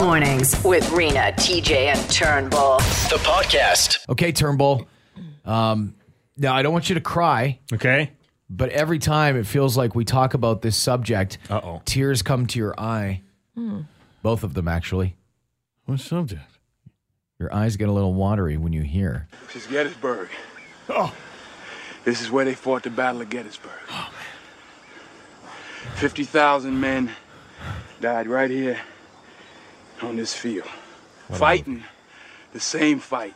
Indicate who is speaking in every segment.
Speaker 1: Mornings with Rena, TJ, and Turnbull.
Speaker 2: The podcast.
Speaker 3: Okay, Turnbull. Um, now I don't want you to cry,
Speaker 4: Okay.
Speaker 3: but every time it feels like we talk about this subject,
Speaker 4: Uh-oh.
Speaker 3: tears come to your eye. Both of them, actually.
Speaker 4: What subject?
Speaker 3: Your eyes get a little watery when you hear.
Speaker 5: This is Gettysburg.
Speaker 4: Oh.
Speaker 5: This is where they fought the Battle of Gettysburg. 50,000 men died right here on this field, fighting the same fight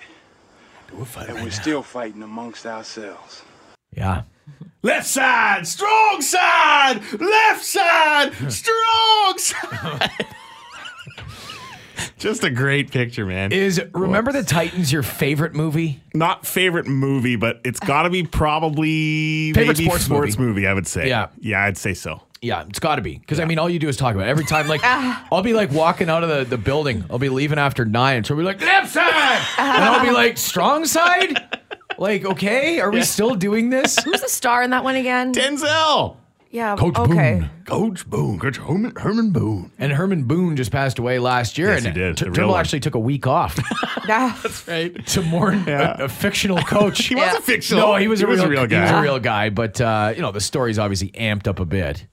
Speaker 4: We're fighting
Speaker 5: that we're still fighting amongst ourselves.
Speaker 3: Yeah.
Speaker 4: Left side, strong side, left side, strong side. Just a great picture, man.
Speaker 3: Is Remember the Titans your favorite movie?
Speaker 4: Not favorite movie, but it's got to be probably
Speaker 3: Favorite
Speaker 4: maybe
Speaker 3: sports
Speaker 4: movie. I would say.
Speaker 3: Yeah.
Speaker 4: yeah, I'd say so.
Speaker 3: Yeah, it's got to be because I mean, all you do is talk about it. every time. Like, I'll be like walking out of the, the building. I'll be leaving after nine, so we'll be like left side, and I'll be like strong side. Like, okay, are we still doing this?
Speaker 6: Who's the star in that one again?
Speaker 4: Denzel,
Speaker 6: yeah.
Speaker 3: Coach
Speaker 6: okay.
Speaker 3: Boone.
Speaker 4: Coach Boone, Coach Herman, Herman Boone.
Speaker 3: And Herman Boone just passed away last year.
Speaker 4: Yes,
Speaker 3: and
Speaker 4: he did,
Speaker 3: T-
Speaker 4: the real
Speaker 3: Trimble
Speaker 4: one.
Speaker 3: actually took a week off
Speaker 6: Ah,
Speaker 4: Right.
Speaker 3: to mourn a-
Speaker 4: Yeah.
Speaker 3: a, fictional coach.
Speaker 4: He was
Speaker 6: Yeah.
Speaker 4: a fictional.
Speaker 3: no, he was, a, real, He was
Speaker 4: guy.
Speaker 3: a real guy, but uh, you know the story's obviously amped up a bit.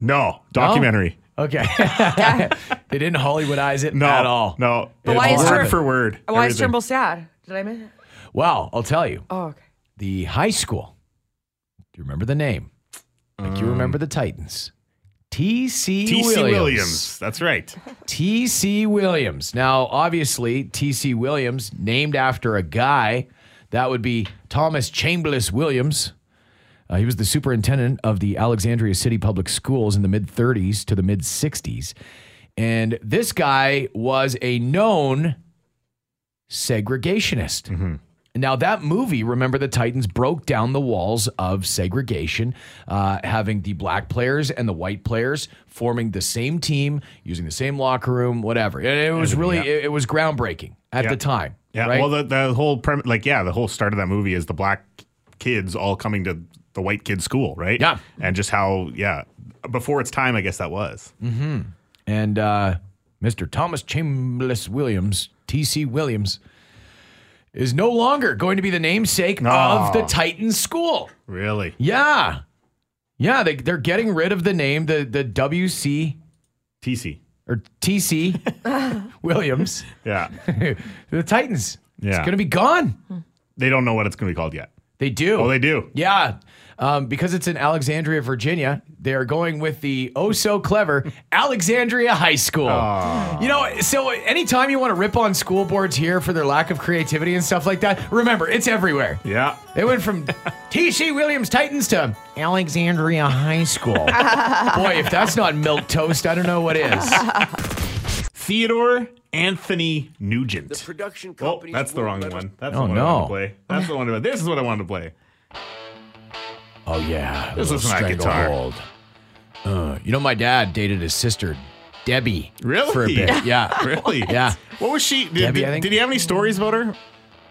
Speaker 4: no, documentary.
Speaker 3: Okay, they didn't Hollywoodize it
Speaker 4: No,
Speaker 3: at all.
Speaker 4: No,
Speaker 6: But why
Speaker 4: It's
Speaker 6: is
Speaker 4: word
Speaker 6: Tur-
Speaker 4: for word?
Speaker 6: why is
Speaker 4: everything.
Speaker 6: Turnbull sad? Did I miss it?
Speaker 3: Well, I'll tell you.
Speaker 6: Oh, okay.
Speaker 3: the high school. Do you remember the name? Like
Speaker 4: Um,
Speaker 3: you remember the Titans. TC
Speaker 4: TC
Speaker 3: Williams.
Speaker 4: Williams. That's right.
Speaker 3: TC Williams. Now, obviously, TC Williams named after a guy that would be Thomas Chamberlain Williams. Uh, he was the superintendent of the Alexandria City Public Schools in the mid 30s to the mid 60s. And this guy was a known segregationist.
Speaker 4: Mm-hmm.
Speaker 3: Now, that movie, Remember the Titans, broke down the walls of segregation, uh, having the black players and the white players forming the same team, using the same locker room, whatever. It, it was really, it, it was groundbreaking at
Speaker 4: Yeah.
Speaker 3: the time.
Speaker 4: Yeah.
Speaker 3: right?
Speaker 4: Well, the, the whole premise, like, yeah, the whole start of that movie is the black kids all coming to the white kids' school, right?
Speaker 3: Yeah.
Speaker 4: And just how, yeah, before its time, I guess that was.
Speaker 3: Mm. and uh, Mr. Thomas Chambliss Williams, T.C. Williams, is no longer going to be the namesake of
Speaker 4: Ah.
Speaker 3: the Titans school.
Speaker 4: Really?
Speaker 3: Yeah. Yeah, they, they're getting rid of the name, the, the W.C.
Speaker 4: TC.
Speaker 3: or T.C. Williams.
Speaker 4: Yeah.
Speaker 3: the Titans. It's
Speaker 4: Yeah.
Speaker 3: going to be gone.
Speaker 4: they don't know what it's going to be called yet.
Speaker 3: They do.
Speaker 4: Oh, they do.
Speaker 3: Yeah. Um, because it's in Alexandria, Virginia, they are going with the oh so clever Alexandria High School. You know, so anytime you want to rip on school boards here for their lack of creativity and stuff like that, remember, it's everywhere.
Speaker 4: Yeah.
Speaker 3: They went from T.C. Williams Titans to Alexandria High School. Boy, if that's not milk toast, I don't know what is.
Speaker 4: Theodore Anthony Nugent. The
Speaker 2: production
Speaker 4: oh,
Speaker 2: company's
Speaker 4: that's the
Speaker 2: would
Speaker 4: wrong
Speaker 2: let us-
Speaker 4: one. That's
Speaker 3: Oh,
Speaker 4: the one
Speaker 3: no.
Speaker 4: I wanted to play. That's the one. I wanted- This is what I wanted to play.
Speaker 3: Oh yeah,
Speaker 4: This
Speaker 3: A
Speaker 4: is
Speaker 3: little
Speaker 4: my guitar.
Speaker 3: stranglehold. Uh, you know, my dad dated his sister, Debbie.
Speaker 4: Really?
Speaker 3: For a bit, yeah.
Speaker 4: Really?
Speaker 3: Yeah.
Speaker 4: What was she? Did,
Speaker 3: Debbie,
Speaker 4: did,
Speaker 3: I think.
Speaker 4: did he have any stories about her?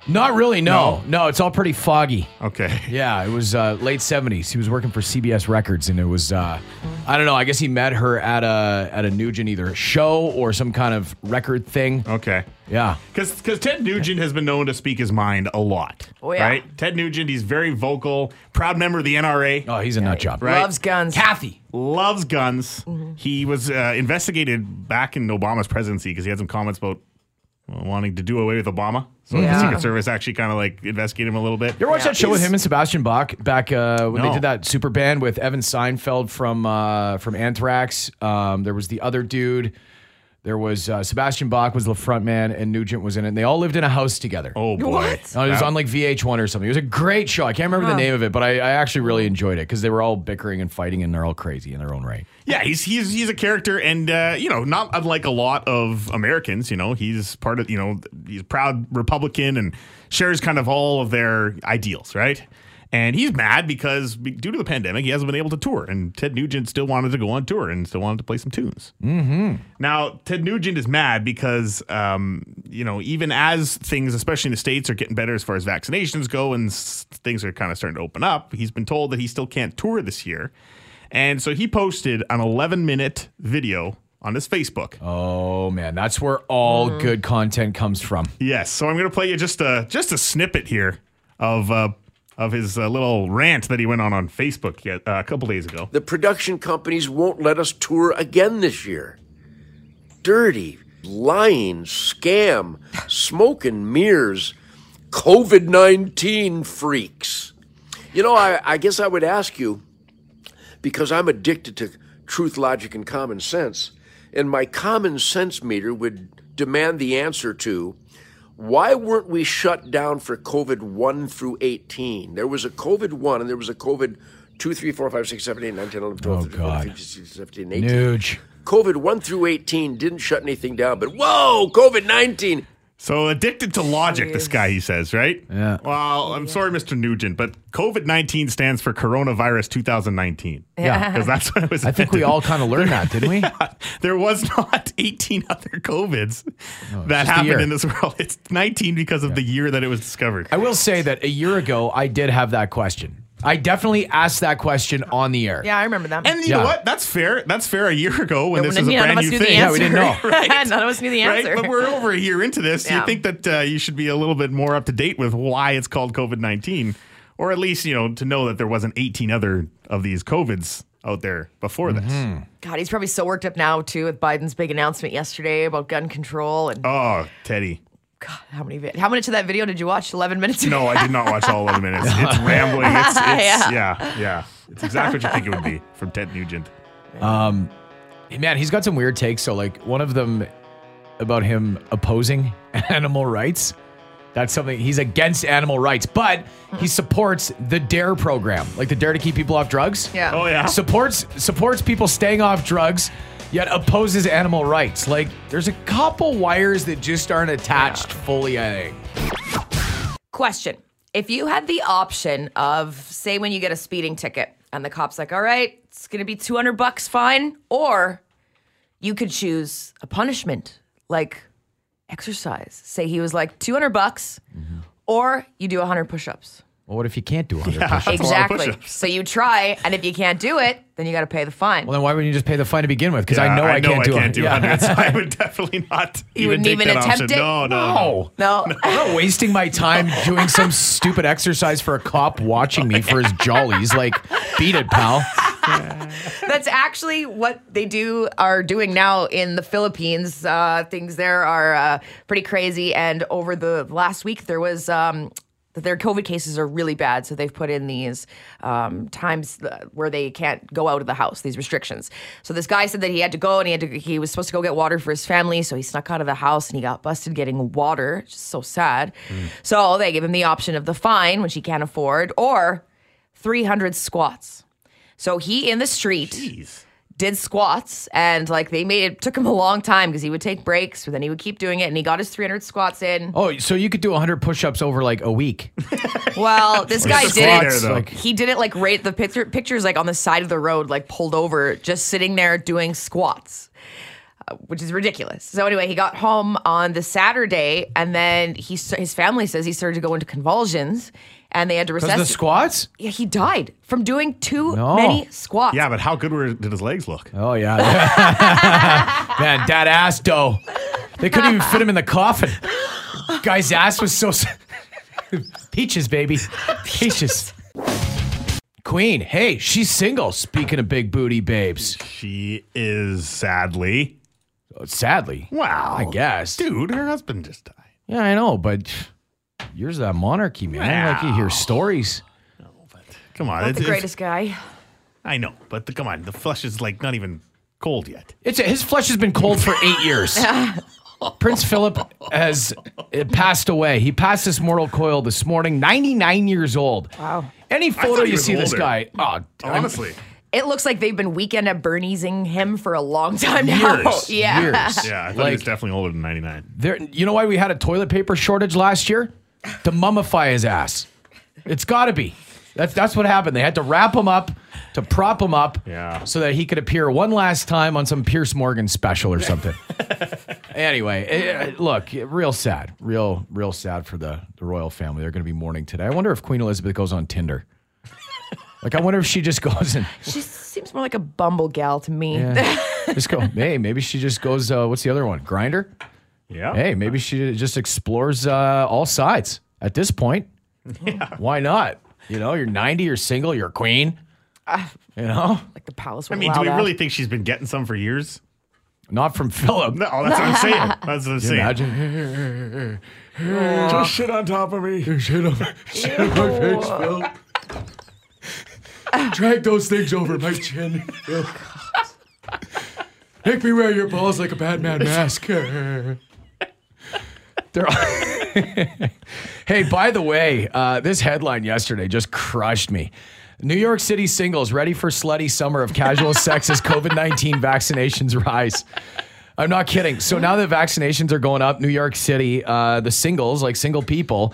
Speaker 3: Not really. No. no, it's all pretty foggy.
Speaker 4: Okay.
Speaker 3: Yeah, it was uh, late seventies. He was working for CBS Records, and it was uh, I don't know. I guess he met her at a at a Nugent either show or some kind of record thing.
Speaker 4: Okay.
Speaker 3: Yeah.
Speaker 4: Because Ted Nugent has been known to speak his mind a lot.
Speaker 6: Oh, yeah.
Speaker 4: Right? Ted Nugent, he's very vocal, proud member of the NRA,
Speaker 3: Oh, he's a nut job.
Speaker 4: Right.
Speaker 6: Loves guns.
Speaker 3: Kathy.
Speaker 4: loves guns.
Speaker 6: Mm-hmm.
Speaker 4: He was uh, investigated back in Obama's presidency because he had some comments about well, wanting to do away with Obama. So the
Speaker 6: Yeah.
Speaker 4: Secret Service actually kind of like investigated him a little bit.
Speaker 3: You ever watch that show with him and Sebastian Bach back uh, when they
Speaker 4: No.
Speaker 3: did that super band with Evan Seinfeld from uh, from Anthrax? Um, there was the other dude. There was uh, Sebastian Bach was the front man, and Nugent was in it. And they all lived in a house together.
Speaker 4: Oh, boy.
Speaker 6: What?
Speaker 3: Uh, it was
Speaker 4: That-
Speaker 3: on like VH1 or something. It was a great show. I can't remember the name of it, but I, I actually really enjoyed it because they were all bickering and fighting, and they're all crazy in their own right.
Speaker 4: Yeah, he's he's he's a character, and uh, you know, not unlike a lot of Americans. You know, he's part of you know he's a proud Republican and shares kind of all of their ideals, right? And he's mad because be- due to the pandemic, he hasn't been able to tour, and Ted Nugent still wanted to go on tour and still wanted to play some tunes. Now, Ted Nugent is mad because, um, you know, even as things, especially in the States, are getting better as far as vaccinations go and s- things are kind of starting to open up, he's been told that he still can't tour this year. And so he posted an 11 minute video on his Facebook.
Speaker 3: Oh man, that's where all good content comes from.
Speaker 4: Yes, so I'm going to play you just a just a snippet here of uh, of his uh, little rant that he went on on Facebook yet, uh, a couple days ago.
Speaker 2: The production companies won't let us tour again this year. Dirty, lying, scam, smoke and mirrors, COVID 19 freaks. You know, I, I guess I would ask you, because I'm addicted to truth, logic, and common sense, and my common sense meter would demand the answer to why weren't we shut down for COVID 1 through 18? There was a COVID 1 and there was a COVID 2, 3, 4, 5, 6, 7, 8, 9, 10, 11, 12,
Speaker 3: Oh,
Speaker 2: 13, 14,
Speaker 3: God.
Speaker 2: 15, 16, 17, 18.
Speaker 3: Nuge.
Speaker 2: COVID 1 through 18 didn't shut anything down, but whoa, COVID 19.
Speaker 4: So addicted to logic, this guy he says, right?
Speaker 3: Yeah.
Speaker 4: Well, I'm sorry, Mr. Nugent, but COVID 19 stands for Coronavirus 2019.
Speaker 3: Yeah.
Speaker 4: Because that's what it was.
Speaker 3: I think we all kind of learned that, didn't we?
Speaker 4: There was not 18 other COVIDs that
Speaker 3: just a year.
Speaker 4: happened in this world. It's 19 because of the year that it was discovered.
Speaker 3: I will say that a year ago, I did have that question. I definitely asked that question on the air.
Speaker 6: Yeah, I remember that.
Speaker 4: And you
Speaker 3: Yeah.
Speaker 4: know what? That's fair. That's fair. A year ago when this
Speaker 6: none
Speaker 4: was a brand
Speaker 6: of us
Speaker 4: new
Speaker 6: knew
Speaker 4: thing,
Speaker 6: the
Speaker 3: Yeah,
Speaker 6: answer.
Speaker 3: we didn't know.
Speaker 6: None of us knew the
Speaker 4: right?
Speaker 6: answer.
Speaker 4: But we're over a year into this.
Speaker 6: Yeah.
Speaker 4: You think that uh, you should be a little bit more up to date with why it's called COVID nineteen, or at least you know to know that there wasn't eighteen other of these covids out there before
Speaker 3: Mm-hmm.
Speaker 4: this.
Speaker 6: God, he's probably so worked up now too with Biden's big announcement yesterday about gun control and
Speaker 4: Oh, Teddy.
Speaker 6: how many vi- how much of that video did you watch? Eleven minutes.
Speaker 4: No, I did not watch all eleven minutes. It's rambling. It's, it's
Speaker 6: Yeah.
Speaker 4: yeah. yeah, It's exactly what you think it would be from Ted Nugent.
Speaker 3: Man, he's got some weird takes. So, like, one of them about him opposing animal rights. That's something he's against animal rights, but he supports the DARE program, like the DARE to keep people off drugs.
Speaker 6: Yeah.
Speaker 4: Oh yeah.
Speaker 3: supports supports people staying off drugs yet opposes animal rights like there's a couple wires that just aren't attached fully i think
Speaker 6: Question: If you had the option of, say, when you get a speeding ticket and the cop's like, "All right, it's going to be two hundred bucks fine," or you could choose a punishment like exercise. Say he was like two hundred bucks,
Speaker 4: Mm-hmm.
Speaker 6: or you do hundred push-ups.
Speaker 3: well what if you can't do 100
Speaker 4: That's a lot of
Speaker 6: exactly.
Speaker 4: push-ups.
Speaker 6: So you try, and if you can't do it, then you got to pay the fine.
Speaker 3: well then why wouldn't you just pay the fine to begin with because
Speaker 4: Yeah,
Speaker 3: i know i, can't do it Yeah.
Speaker 4: 100, so I would definitely not.
Speaker 6: You wouldn't
Speaker 4: take
Speaker 6: even
Speaker 4: that
Speaker 6: attempt
Speaker 4: option.
Speaker 6: it?
Speaker 4: No, no, no.
Speaker 3: no
Speaker 6: no.
Speaker 3: I'm not wasting my time doing some stupid exercise for a cop watching me for his jollies. Like, beat it, pal.
Speaker 6: That's actually what they do are doing now in the Philippines. Uh, things there are uh, pretty crazy, and over the last week there was. Um, their COVID cases are really bad, so they've put in these um, times th- where they can't go out of the house. These restrictions. So this guy said that he had to go and he had to. He was supposed to go get water for his family, so he snuck out of the house and he got busted getting water. Just so sad. So they give him the option of the fine, which he can't afford, or 300 squats. So he in the street did squats and like they made it took him a long time because he would take breaks, but then he would keep doing it and he got his 300 squats in.
Speaker 3: Oh, so you could do 100 push ups over like a week.
Speaker 6: Well, this guy
Speaker 4: Just
Speaker 6: did
Speaker 4: squats,
Speaker 6: it.
Speaker 4: though.
Speaker 3: like-
Speaker 6: he did it like right the picture pictures like on the side of the road, like pulled over, just sitting there doing squats. uh, Which is ridiculous. So anyway, he got home on the Saturday, and then he s- his family says he started to go into convulsions, and they had to
Speaker 3: Because the
Speaker 6: resuscitate.
Speaker 3: squats?
Speaker 6: yeah, he died from doing too
Speaker 3: No.
Speaker 6: many squats.
Speaker 4: Yeah, but how good were did his legs look?
Speaker 3: Oh yeah, man, that ass dough. They couldn't even fit him in the coffin. Guy's ass was so peaches, baby, peaches. Queen, hey, she's single. Speaking of big booty babes,
Speaker 4: She is sadly.
Speaker 3: sadly,
Speaker 4: Wow.
Speaker 3: I guess.
Speaker 4: Dude, her husband just died.
Speaker 3: yeah, I know, but yours that monarchy, man. Like you hear stories.
Speaker 4: Come on.
Speaker 6: Not
Speaker 4: it's-
Speaker 6: the
Speaker 4: it's-
Speaker 6: greatest guy.
Speaker 4: I know, but the, come on. The flesh is like not even cold yet.
Speaker 3: It's his flesh has been cold for eight years. Prince Philip has uh, passed away. He passed his mortal coil this morning, 99 years old. Wow. Any photo
Speaker 4: thought he
Speaker 3: you
Speaker 4: was
Speaker 3: see this
Speaker 4: older.
Speaker 3: guy, oh, I'm-
Speaker 4: Honestly.
Speaker 6: It looks like they've been weekend at Bernie'sing him for a long time now.
Speaker 4: Years.
Speaker 6: yeah.
Speaker 3: years.
Speaker 4: yeah, I thought he
Speaker 3: like
Speaker 4: was definitely older than 99.
Speaker 3: there. You know why we had a toilet paper shortage last year? To mummify his ass. It's got to be. That's that's what happened. They had to wrap him up to prop him up,
Speaker 4: Yeah.
Speaker 3: so that he could appear one last time on some Pierce Morgan special or something. anyway, eh, eh, look, eh, real sad, real real sad for the the royal family. They're going to be mourning today. I wonder if Queen Elizabeth goes on Tinder. Like, I wonder if she just goes and
Speaker 6: She seems more like a bumble gal to me.
Speaker 3: Just go. hey, maybe she just goes. Uh, what's the other one? Grinder.
Speaker 4: Yeah.
Speaker 3: Hey, maybe she just explores uh, all sides at this point. Why not? You know, you're 90, you're single, you're a queen.
Speaker 4: Ah.
Speaker 3: You know,
Speaker 6: Like the palace.
Speaker 4: I
Speaker 6: Would
Speaker 4: mean, do we
Speaker 6: allow that.
Speaker 4: really think she's been getting some for years?
Speaker 3: not from Philip.
Speaker 4: No, oh, that's what I'm saying. That's what I'm saying.
Speaker 3: Imagine.
Speaker 4: Just shit on top of me.
Speaker 3: Shit on, shit on my face, Philip. Drag those things over my chin. Phil. Make me wear your balls like a Batman mask. They're all- hey, by the way, uh, this headline yesterday just crushed me. New York City singles ready for slutty summer of casual sex as COVID 19 vaccinations rise. I'm not kidding. So now that vaccinations are going up, New York City, uh, the singles, like single people,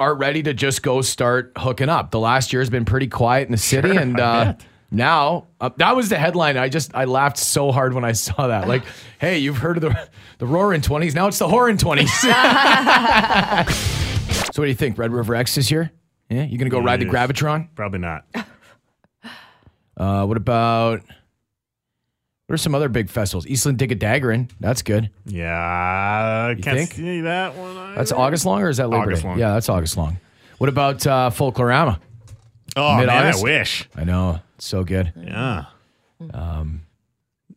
Speaker 3: are ready to just go start hooking up. The last year has been pretty quiet in the city, and uh, now uh, that was the headline. I just I laughed so hard when I saw that. Like, hey, you've heard of the the roaring twenties? Now it's the whoring twenties. so what do you think? Red River X this year? Yeah, you gonna go ride the
Speaker 4: Yes.
Speaker 3: gravitron?
Speaker 4: Probably not.
Speaker 3: Uh, what about? What are some other big festivals? Eastland Dig a Daggerin. That's good.
Speaker 4: Yeah, I can't
Speaker 3: think?
Speaker 4: see that one. either.
Speaker 3: That's August long or is that Labor
Speaker 4: August
Speaker 3: Day?
Speaker 4: long.
Speaker 3: Yeah, that's August long. What about uh, Folklorama?
Speaker 4: oh man, I
Speaker 3: mid-August?
Speaker 4: wish.
Speaker 3: I know, it's so good.
Speaker 4: Yeah. Um.
Speaker 3: Um,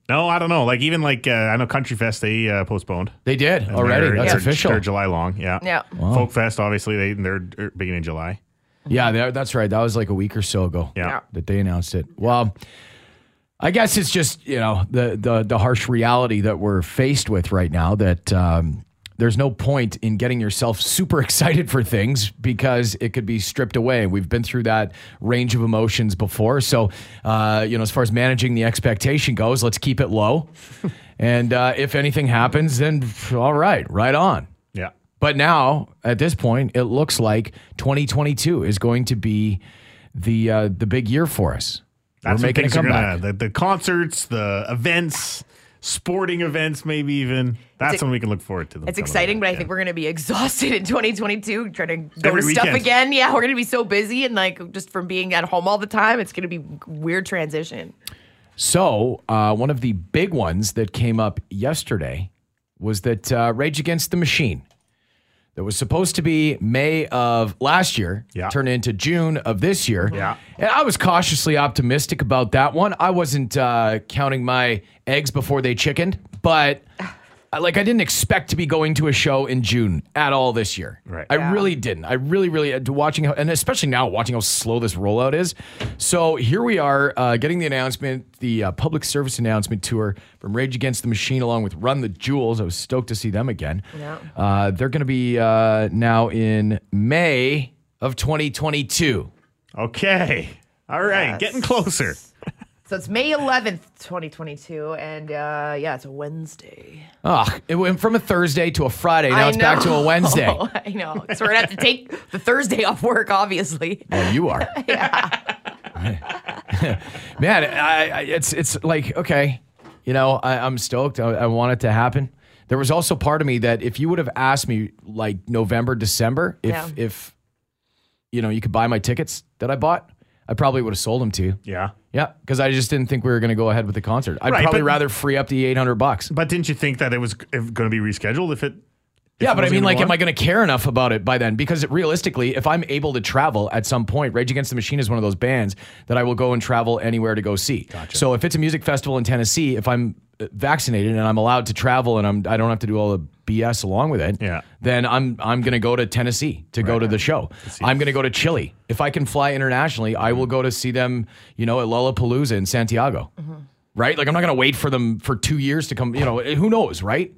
Speaker 4: No, I don't know. Like even like uh, I know Country Fest they uh, postponed
Speaker 3: They did
Speaker 4: And
Speaker 3: already.
Speaker 4: they're-
Speaker 3: That's
Speaker 4: they're-
Speaker 3: official.
Speaker 4: They're July long. Yeah.
Speaker 6: Yeah.
Speaker 4: Folk Fest obviously they they're er, beginning of July.
Speaker 3: Yeah, that- that's right. That was like a week or so ago.
Speaker 4: Yeah. Yeah.
Speaker 3: that they announced it. Well, I guess it's just you know the the the harsh reality that we're faced with right now that. Um, there's no point in getting yourself super excited for things because it could be stripped away. We've been through that range of emotions before. So, uh, you know, as far as managing the expectation goes, let's keep it low. and uh, if anything happens, then pff, all right, right on.
Speaker 4: Yeah.
Speaker 3: But now, at this point, it looks like 2022 is going to be the uh, the big year for us.
Speaker 4: That's
Speaker 3: We're
Speaker 4: when
Speaker 3: making a
Speaker 4: things are
Speaker 3: comeback.
Speaker 4: gonna the, the concerts, the events, sporting events, maybe even. That's
Speaker 6: It's-
Speaker 4: when we can look forward to them.
Speaker 6: It's
Speaker 4: coming
Speaker 6: exciting,
Speaker 4: back,
Speaker 6: but I
Speaker 4: yeah.
Speaker 6: think we're going to be exhausted in 2022 trying to go
Speaker 4: Every
Speaker 6: to stuff
Speaker 4: weekend.
Speaker 6: again. Yeah, we're going to be so busy and like just from being at home all the time, it's going to be weird transition.
Speaker 3: So, uh, one of the big ones that came up yesterday was that uh, Rage Against the Machine, that was supposed to be May of last year,
Speaker 4: Yeah.
Speaker 3: turned into June of this year.
Speaker 4: Yeah.
Speaker 3: And I was cautiously optimistic about that one. I wasn't uh, counting my eggs before they chickened, but. I- Like I didn't expect to be going to a show in June at all this year.
Speaker 4: Right.
Speaker 3: I really didn't. I really, really uh, watching how, and especially now watching how slow this rollout is. So here we are uh, getting the announcement, the uh, public service announcement tour from Rage Against the Machine, along with Run the Jewels. I was stoked to see them again.
Speaker 6: Yeah.
Speaker 3: Uh, they're going to be uh, now in May of 2022.
Speaker 4: Okay. All right,
Speaker 6: Yes.
Speaker 4: getting closer.
Speaker 6: So it's May 11th, 2022. And uh, yeah, it's a Wednesday.
Speaker 3: Ugh, it went from a Thursday to a Friday. Now
Speaker 6: I
Speaker 3: it's back to a
Speaker 6: know.
Speaker 3: Wednesday.
Speaker 6: I know. So we're going to have to take the Thursday off work, obviously.
Speaker 3: Well, Oh, you are. Man, I, I, it's it's like okay, you know, I, I'm stoked. I, I want it to happen. There was also part of me that if you would have asked me like November, December, if
Speaker 6: Yeah.
Speaker 3: if you know you could buy my tickets that I bought, I probably would have sold them to you.
Speaker 4: Yeah.
Speaker 3: Yeah, because I just didn't think we were going to go ahead with the concert. I'd
Speaker 4: Right,
Speaker 3: probably
Speaker 4: but-
Speaker 3: rather free up the 800 bucks.
Speaker 4: But didn't you think that it was going to be rescheduled if it?
Speaker 3: Yeah,
Speaker 4: it
Speaker 3: but I
Speaker 4: wasn't
Speaker 3: mean,
Speaker 4: gonna
Speaker 3: like,
Speaker 4: go
Speaker 3: am
Speaker 4: on?
Speaker 3: I going to care enough about it by then? Because realistically, if I'm able to travel at some point, Rage Against the Machine is one of those bands that I will go and travel anywhere to go see. So if it's a music festival in Tennessee, if I'm uh, vaccinated and I'm allowed to travel and I'm I don't have to do all the BS along with it,
Speaker 4: Yeah.
Speaker 3: then I'm I'm going to go to Tennessee to go to the show. I'm going to go to Chile. If I can fly internationally, I will go to see them, you know, at Lollapalooza in Santiago. Right? Like I'm not going to wait for them for 2 years to come, you know, who knows, right?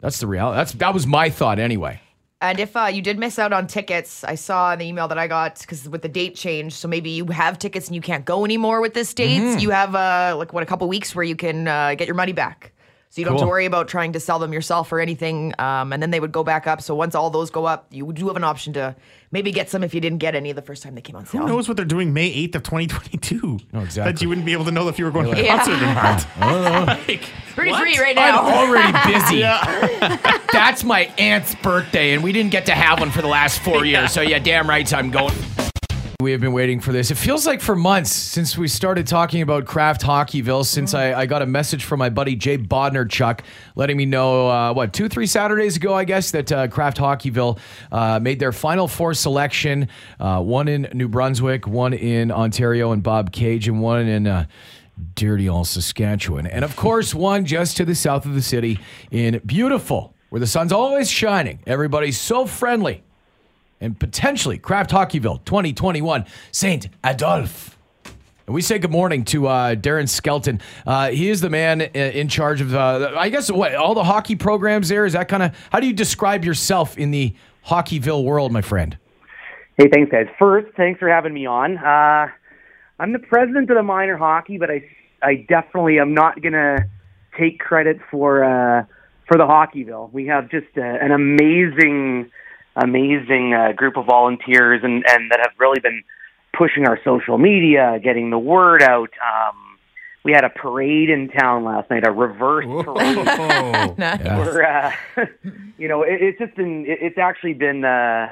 Speaker 3: That's the reality. That's that was my thought anyway.
Speaker 6: And if uh, you did miss out on tickets, I saw in the email that I got because with the date change, so maybe you have tickets and you can't go anymore with this date. You have uh, like what a couple weeks where you can uh, get your money back, so you don't have
Speaker 3: Cool.
Speaker 6: to worry about trying to sell them yourself or anything. Um, and then they would go back up. So once all those go up, you do have an option to maybe get some if you didn't get any the first time they came on sale.
Speaker 4: Who knows what they're doing May eighth of twenty twenty two? No,
Speaker 3: exactly.
Speaker 4: That you wouldn't be able to know if you were going to a
Speaker 6: Yeah.
Speaker 4: concert or not.
Speaker 6: Pretty free right
Speaker 3: I'm
Speaker 6: now.
Speaker 3: already busy. That's my aunt's birthday, and we didn't get to have one for the last four years. So yeah, damn right, I'm going. We have been waiting for this. It feels like for months since we started talking about Kraft Hockeyville, since I, I got a message from my buddy Jay Bodner Chuck letting me know, uh, what, two, three Saturdays ago, I guess, that uh, Kraft Hockeyville uh, made their final four selection uh, one in New Brunswick, one in Ontario and Bob Cage, and one in. Uh, Dirty old Saskatchewan. And of course, one just to the south of the city in beautiful, where the sun's always shining. Everybody's so friendly and potentially Kraft Hockeyville 2021 St. Adolphe. And we say good morning to uh, Darren Skelton. Uh, he is the man i- in charge of, uh, I guess, what all the hockey programs there. Is that kind of how do you describe yourself in the Hockeyville world, my friend?
Speaker 7: Hey, thanks, guys. First, thanks for having me on. Uh, I'm the president of the minor hockey, but I, I definitely am not gonna take credit for uh, for the hockeyville. We have just uh, an amazing, amazing uh, group of volunteers, and and that have really been pushing our social media, getting the word out. Um, we had a parade in town last night, a reverse parade we're, uh, you know, it, it's just been, it, it's actually been uh,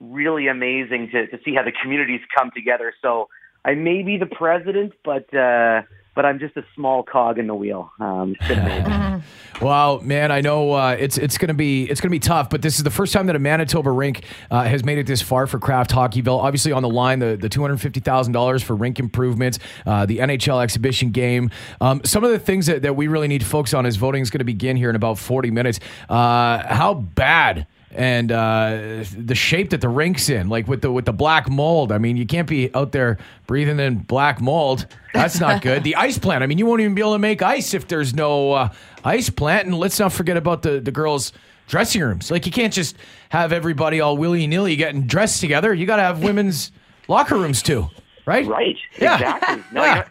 Speaker 7: really amazing to, to see how the communities come together. So I may be the president, but uh, but I'm just a small cog in the wheel. Um, it's been amazing.
Speaker 3: Wow, man! I know uh, it's it's gonna be it's gonna be tough, but this is the first time that a Manitoba rink uh, has made it this far for Kraft Hockeyville. Obviously, on the line the the two hundred fifty thousand dollars for rink improvements, uh, the NHL exhibition game. Um, some of the things that, that we really need to focus on is voting is going to begin here in about forty minutes. Uh, how bad and uh, the shape that the rink's in, like with the with the black mold. I mean, you can't be out there breathing in black mold. That's not good. the ice plant. I mean, you won't even be able to make ice if there's no uh, ice plant. And let's not forget about the the girls' dressing rooms. Like you can't just have everybody all willy nilly getting dressed together. You got to have women's locker rooms too, right?
Speaker 7: Right.
Speaker 3: Yeah.
Speaker 7: Exactly. No,
Speaker 3: Yeah.
Speaker 7: you know,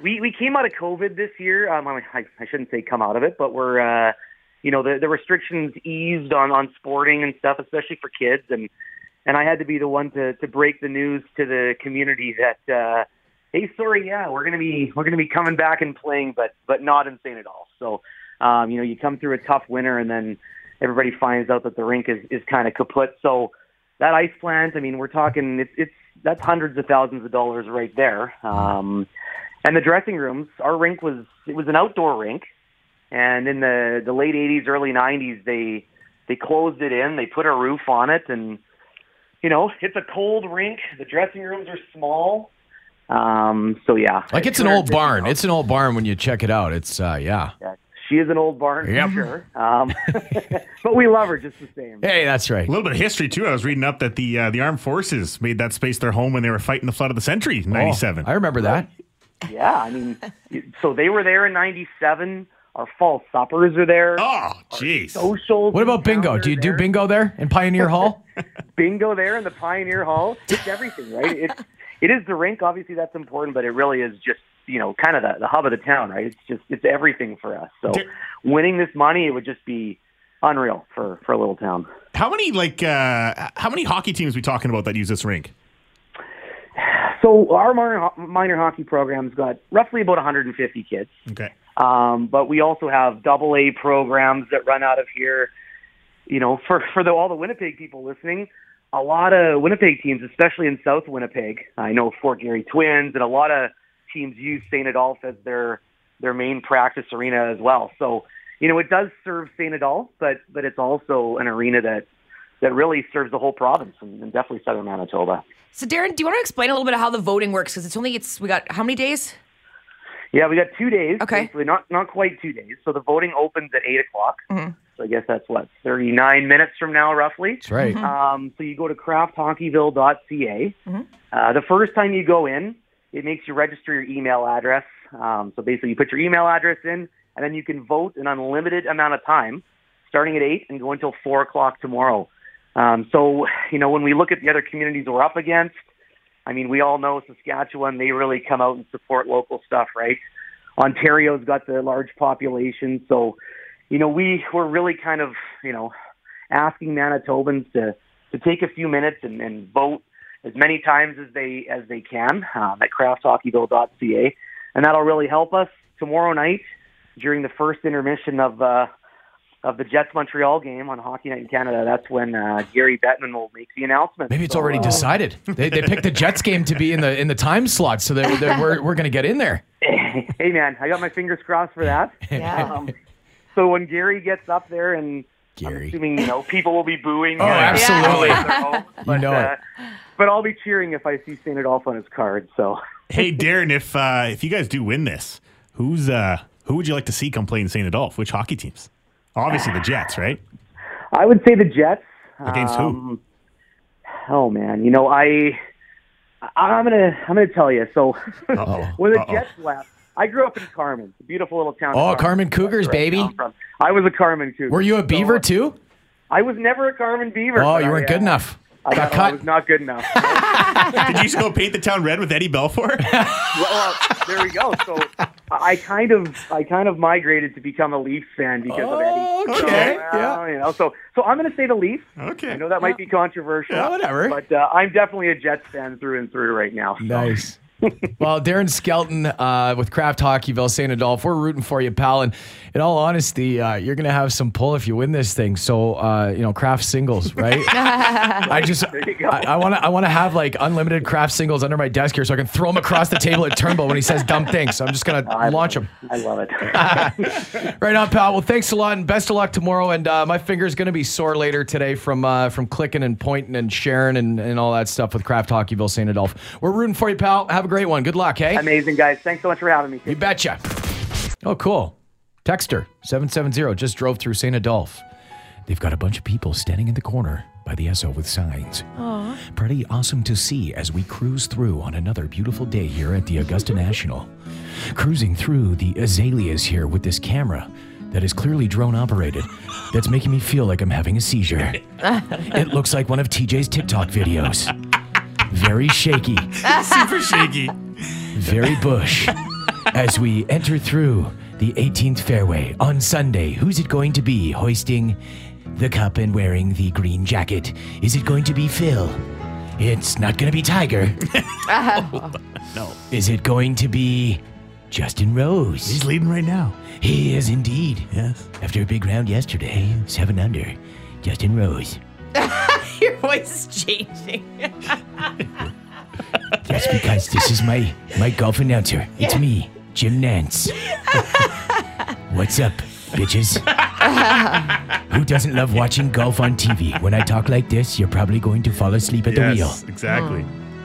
Speaker 7: we we came out of COVID this year. Um, I, I I shouldn't say come out of it, but we're uh, you know the the restrictions eased on on sporting and stuff, especially for kids. And and I had to be the one to to break the news to the community that uh, hey, sorry, yeah, we're gonna be we're gonna be coming back and playing, but but not insane at all. So um, you know, you come through a tough winter, and then everybody finds out that the rink is is kind of kaput. So that ice plant, I mean, we're talking it's it's that's hundreds of thousands of dollars right there. Um, and the dressing rooms, our rink was it was an outdoor rink, and in the the late '80s, early '90s, they they closed it in, they put a roof on it, and you know it's a cold rink. The dressing rooms are small, um, so yeah,
Speaker 3: Like it's an old barn. It's an old barn when you check it out. It's uh, yeah.
Speaker 7: She is an old barn
Speaker 3: Yep.
Speaker 7: for sure, um, but we love her just the same.
Speaker 3: Hey, that's right.
Speaker 4: A little bit of history too. I was reading up that the uh, the armed forces made that space their home when they were fighting the flood of the century in '97.
Speaker 3: Oh, I remember that.
Speaker 7: Yeah, I mean, so they were there in '97. Our fall suppers are there.
Speaker 4: oh, jeez.
Speaker 7: Socials.
Speaker 3: What about bingo? Do you do
Speaker 7: there.
Speaker 3: bingo there in Pioneer Hall?
Speaker 7: bingo there in the Pioneer Hall. It's everything, right? It's it is the rink. Obviously, that's important, but it really is just you know kind of the, the hub of the town, right? It's just it's everything for us. So
Speaker 4: There-
Speaker 7: winning this money, it would just be unreal for for a little town.
Speaker 4: How many like uh, how many hockey teams we talking about that use this rink?
Speaker 7: So our minor, ho- minor hockey program's got roughly about 150 kids.
Speaker 4: Okay.
Speaker 7: Um, but we also have double A programs that run out of here. You know, for for the, all the Winnipeg people listening, a lot of Winnipeg teams, especially in South Winnipeg, I know Fort Gary Twins and a lot of teams use Saint Adolph as their their main practice arena as well. So you know, it does serve Saint Adolph, but but it's also an arena that that really serves the whole province and, and definitely southern Manitoba.
Speaker 6: So, Darren, do you want to explain a little bit of how the voting works? Because it's only it's we got how many days?
Speaker 7: Yeah, we got two days.
Speaker 6: Okay.
Speaker 7: basically, Not not quite two days. So the voting opens at eight o'clock. So I guess that's what thirty nine minutes from now, roughly.
Speaker 3: That's right.
Speaker 7: Um, so you go to crafthockeyville.ca. Uh, the first time you go in, it makes you register your email address. Um, so basically, you put your email address in, and then you can vote an unlimited amount of time, starting at eight and go until four o'clock tomorrow. Um, so you know, when we look at the other communities we're up against, I mean, we all know Saskatchewan. They really come out and support local stuff, right? Ontario's got the large population, so you know, we we're really kind of you know asking Manitobans to to take a few minutes and, and vote as many times as they as they can um, at crafthockeyville.ca, and that'll really help us tomorrow night during the first intermission of uh, of the Jets Montreal game on Hockey Night in Canada, that's when uh, Gary Bettman will make the announcement.
Speaker 3: Maybe it's
Speaker 7: So,
Speaker 3: already
Speaker 7: uh,
Speaker 3: decided. They, they picked the Jets game to be in the in the time slot, so that, that we're we're going to get in there.
Speaker 7: Hey man, I got my fingers crossed for that.
Speaker 6: Yeah.
Speaker 7: Um, so when Gary gets up there, and I'm
Speaker 3: Gary.
Speaker 7: assuming you know people will be booing.
Speaker 3: Oh,
Speaker 7: him.
Speaker 3: absolutely.
Speaker 7: Yeah.
Speaker 3: You know it.
Speaker 7: but I'll be cheering if I see Saint Adolph on his card. So
Speaker 4: hey, Darren, if uh, if you guys do win this, who's uh, who would you like to see come play in Saint Adolph? Which hockey teams? Obviously the Jets, right?
Speaker 7: I would say the Jets.
Speaker 4: Against
Speaker 7: Um, Oh man, you know I, I I'm gonna I'm gonna tell you. So when the
Speaker 4: Uh-oh.
Speaker 7: Jets left, I grew up in Carmen, a beautiful little town. in
Speaker 3: Oh, Carmen Cougars,
Speaker 7: That's where
Speaker 3: baby.
Speaker 7: I'm from. I was a Carmen Cougar.
Speaker 3: Were you a
Speaker 7: So,
Speaker 3: Beaver too?
Speaker 7: I was never a Carmen Beaver.
Speaker 3: Oh,
Speaker 7: but
Speaker 3: you
Speaker 7: I,
Speaker 3: weren't good
Speaker 7: uh,
Speaker 3: enough.
Speaker 7: I,
Speaker 3: Got
Speaker 7: got I was
Speaker 3: cut.
Speaker 7: not good enough.
Speaker 4: who? Did you just go paint the town red with Eddie Belfour?
Speaker 7: well, uh, there we go. So I- I kind of I kind of migrated to become a Leafs fan because of Eddie. So,
Speaker 3: Oh, okay,
Speaker 7: well,
Speaker 3: yeah.
Speaker 7: You know, so so I'm going to say the Leafs.
Speaker 4: Okay.
Speaker 7: I know that might be controversial.
Speaker 3: Yeah, whatever.
Speaker 7: But uh, I'm definitely a Jets fan through and through right now.
Speaker 3: Nice. well, Darren Skelton uh, with Craft Hockeyville St. Adolph, we're rooting for you, pal. And in all honesty, uh, you're going to have some pull if you win this thing. So, uh, you know, craft singles, right? I just, I want to, I want to have like unlimited craft singles under my desk here, so I can throw them across the table at Turnbull when he says dumb things. So I'm just going to launch them.
Speaker 7: I love it.
Speaker 3: Right on, pal. Well, thanks a lot, and best of luck tomorrow. And uh, my finger's going to be sore later today from uh, from clicking and pointing and sharing and, and all that stuff with Craft Hockeyville St. Adolph. We're rooting for you, pal. Have a great one. Good luck, hey?
Speaker 7: Amazing guys. Thanks so much for having me.
Speaker 3: You betcha. Oh, cool. Texter 770 just drove through St. Adolph. They've got a bunch of people standing in the corner by the SO with signs. Pretty awesome to see as we cruise through on another beautiful day here at the Augusta National. Cruising through the azaleas here with this camera that is clearly drone operated that's making me feel like I'm having a seizure. it looks like one of TJ's TikTok videos. Very shaky
Speaker 4: Super shaky.
Speaker 3: very bush as we enter through the 18th fairway on Sunday. Who's it going to be hoisting the cup and wearing the green jacket? Is it going to be Phil? It's not going to be Tiger.
Speaker 4: No.
Speaker 3: Is it going to be Justin Rose?
Speaker 4: He's leading right now.
Speaker 3: He is indeed.
Speaker 4: Yes.
Speaker 3: After a big round yesterday, seven under, Justin Rose.
Speaker 6: Your voice is changing.
Speaker 3: That's because this is my my golf announcer. It's me, Jim Nance. What's up, bitches? Who doesn't love watching golf on TV? When I talk like this, you're probably going to fall asleep at the wheel.
Speaker 4: Yes,
Speaker 3: Hmm.
Speaker 4: exactly.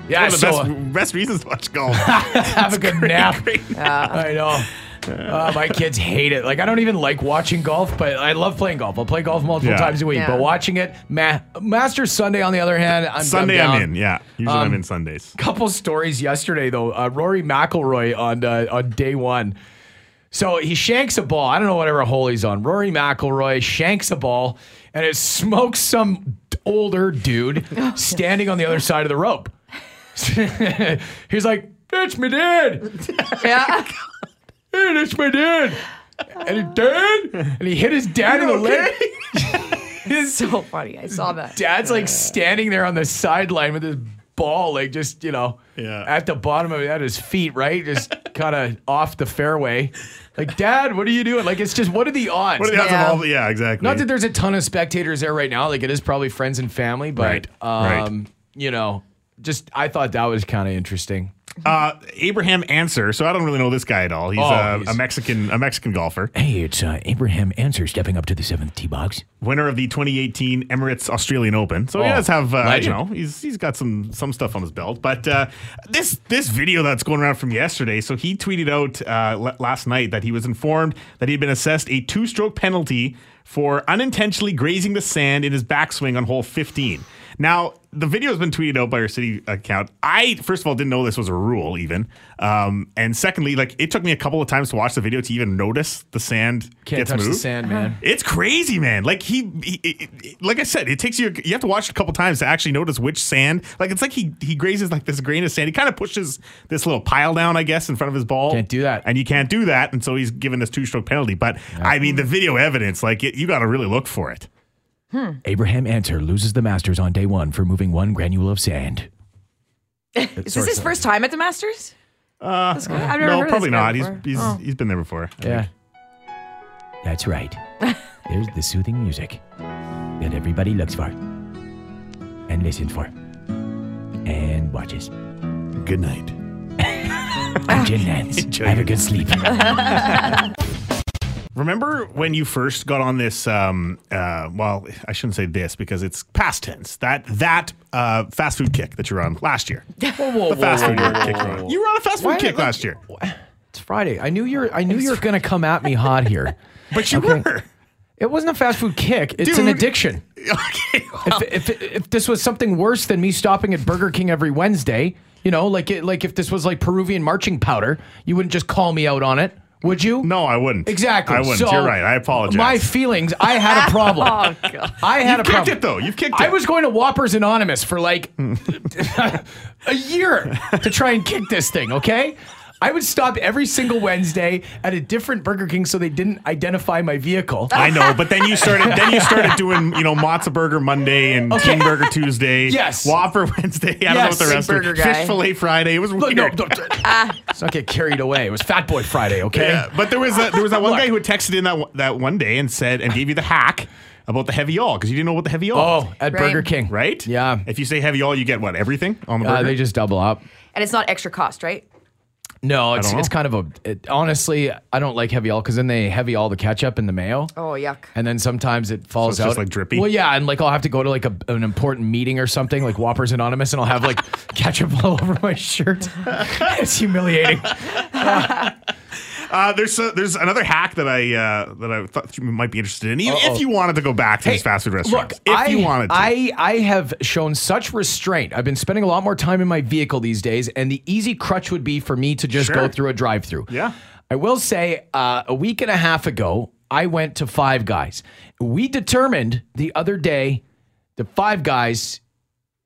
Speaker 3: Yeah,
Speaker 4: One of the best, best reasons to watch golf.
Speaker 3: have a good nap. I know. Uh, my kids hate it. Like I don't even like watching golf, but I love playing golf. I'll play golf multiple
Speaker 4: Yeah.
Speaker 3: times a week.
Speaker 6: Yeah.
Speaker 3: But watching it, ma- Masters Sunday on the other hand, I'm I'm
Speaker 4: Sunday
Speaker 3: down.
Speaker 4: I'm in. Yeah. Usually I'm
Speaker 3: Um,
Speaker 4: in Sundays.
Speaker 3: couple stories yesterday though. Uh, Rory McIlroy on uh, on day one. So he shanks a ball. I don't know whatever hole he's on. Rory McIlroy shanks a ball, and it smokes some older dude standing on the other side of the rope. he's like, "It's me dad.
Speaker 6: Yeah.
Speaker 3: Hey, it's my dad." And he dad, and he hit his dad in the leg. His
Speaker 6: so funny. I saw that.
Speaker 3: dad's like standing there on the sideline with his ball, like just you know,
Speaker 4: Yeah.
Speaker 3: at the bottom of at his feet, right, just kind of off the fairway. Like, Dad, what are you doing? Like, it's just what are the odds?
Speaker 4: What are the odds
Speaker 6: Yeah.
Speaker 4: of all? Yeah, exactly.
Speaker 3: Not that there's a ton of spectators there right now. Like, it is probably friends and family, but
Speaker 4: Right, right.
Speaker 3: um, you know, just I thought that was kind of interesting.
Speaker 4: uh, Abraham Answer. So I don't really know this guy at all. He's,
Speaker 3: Oh,
Speaker 4: uh,
Speaker 3: he's-
Speaker 4: a Mexican, a Mexican golfer,
Speaker 3: Hey, it's uh, Abraham Answer stepping up to the seventh tee box.
Speaker 4: winner of the 2018 Emirates Australian Open. So he
Speaker 3: Oh,
Speaker 4: does have, uh, you
Speaker 3: legend.
Speaker 4: know, he's he's got some some stuff on his belt. But uh, this this video that's going around from yesterday. So he tweeted out uh, l- last night that he was informed that he had been assessed a two stroke penalty for unintentionally grazing the sand in his backswing on hole 15. Now, the video has been tweeted out by our city account. I, first of all, didn't know this was a rule, even. Um, and secondly, like, it took me a couple of times to watch the video to even notice the sand
Speaker 3: Can't
Speaker 4: gets
Speaker 3: touch
Speaker 4: moved. Uh-huh.
Speaker 3: the sand, man.
Speaker 4: It's crazy, man. Like he, he it, it- like I said, it takes you. You have to watch it a couple times to actually notice which sand. Like it's like he he grazes like this grain of sand. He kind of pushes this little pile down, I guess, in front of his ball.
Speaker 3: Can't do that.
Speaker 4: and you can't do that. And so he's given this two stroke penalty. But I mean, the video evidence, like it, you got to really look for it.
Speaker 3: Abraham Answer loses the Masters on day one for moving one granule of sand.
Speaker 6: Is this his first time at the Masters? Uh, I've never
Speaker 4: no,
Speaker 6: heard of
Speaker 4: probably
Speaker 6: this guy
Speaker 4: not. He's
Speaker 6: before.
Speaker 4: he's, he's been there before. I
Speaker 3: Yeah.
Speaker 4: think.
Speaker 3: That's right. There's the soothing music that everybody looks for and listens for and watches.
Speaker 8: Good night.
Speaker 3: Gin Have a good sleep.
Speaker 4: Remember when you first got on this? Um, uh, well, I shouldn't say this because it's past tense. That that uh, fast food kick that you were on last year. the fast food kick you were on. You were on a fast food
Speaker 3: Why
Speaker 4: kick
Speaker 3: did-
Speaker 4: last year,
Speaker 3: It's Friday. I knew you're. I knew you were gonna come at me hot here.
Speaker 4: but you
Speaker 3: Okay.
Speaker 4: were.
Speaker 3: It wasn't a fast food kick. It's an
Speaker 4: Dude. Oh.
Speaker 3: addiction.
Speaker 4: Okay.
Speaker 3: If, if, if this was something worse than me stopping at Burger King every Wednesday, you know, like it, like if this was like Peruvian marching powder, you wouldn't just call me out on it, would you?
Speaker 4: No, I wouldn't.
Speaker 3: Exactly.
Speaker 4: I wouldn't.
Speaker 3: So,
Speaker 4: You're right. I apologize.
Speaker 3: My feelings. I had a problem. oh God. I
Speaker 4: You've
Speaker 3: had a
Speaker 4: kicked
Speaker 3: problem.
Speaker 4: it though. You've kicked it.
Speaker 3: I was going to Whoppers Anonymous for like a year to try and kick this thing, okay? I would stop every single Wednesday at a different Burger King so they didn't identify my vehicle.
Speaker 4: I know, but then you started. Then you started doing, you know, matzo burger Monday and
Speaker 3: Okay.
Speaker 4: King burger Tuesday.
Speaker 3: Yes.
Speaker 4: Whopper Wednesday. I don't know
Speaker 3: Yes.
Speaker 4: what the rest
Speaker 6: Big
Speaker 4: were.
Speaker 6: burger guy.
Speaker 4: Fish fillet Friday. It was
Speaker 3: Look,
Speaker 4: weird.
Speaker 3: no, no, let's not get carried away. It was Fat Boy Friday, okay?
Speaker 4: Yeah, but there was that there was that one guy who had texted in that one- that one day and said and gave you the hack about the heavy all because you didn't know what the heavy all.
Speaker 3: Oh, at
Speaker 6: Right.
Speaker 3: Burger King,
Speaker 4: right.
Speaker 3: Yeah,
Speaker 4: If you say heavy all, you get what everything on the
Speaker 3: uh,
Speaker 4: burger.
Speaker 3: they just double up.
Speaker 6: And it's not extra cost, right?
Speaker 3: No, it's
Speaker 4: don't know.
Speaker 3: it's kind of a. It, honestly, I don't like heavy all because then they heavy all the ketchup and the mayo.
Speaker 6: Oh, yuck.
Speaker 3: And then sometimes it falls
Speaker 4: it's just,
Speaker 3: out
Speaker 4: like, drippy?
Speaker 3: Well, yeah, and like I'll have to go to like a, an important meeting or something, like Whoppers Anonymous, and I'll have like ketchup all over my shirt. it's humiliating.
Speaker 4: uh, there's a, there's another hack that I uh, that I thought you might be interested in even
Speaker 3: Uh-oh.
Speaker 4: if you wanted to go back to these
Speaker 3: Hey,
Speaker 4: fast food restaurants.
Speaker 3: Look,
Speaker 4: if
Speaker 3: I,
Speaker 4: you wanted to.
Speaker 3: I, I have shown such restraint. I've been spending a lot more time in my vehicle these days, and the easy crutch would be for me to just
Speaker 4: Sure.
Speaker 3: go through a drive through.
Speaker 4: Yeah.
Speaker 3: I will say uh, a week and a half ago, I went to Five Guys. We determined the other day that Five Guys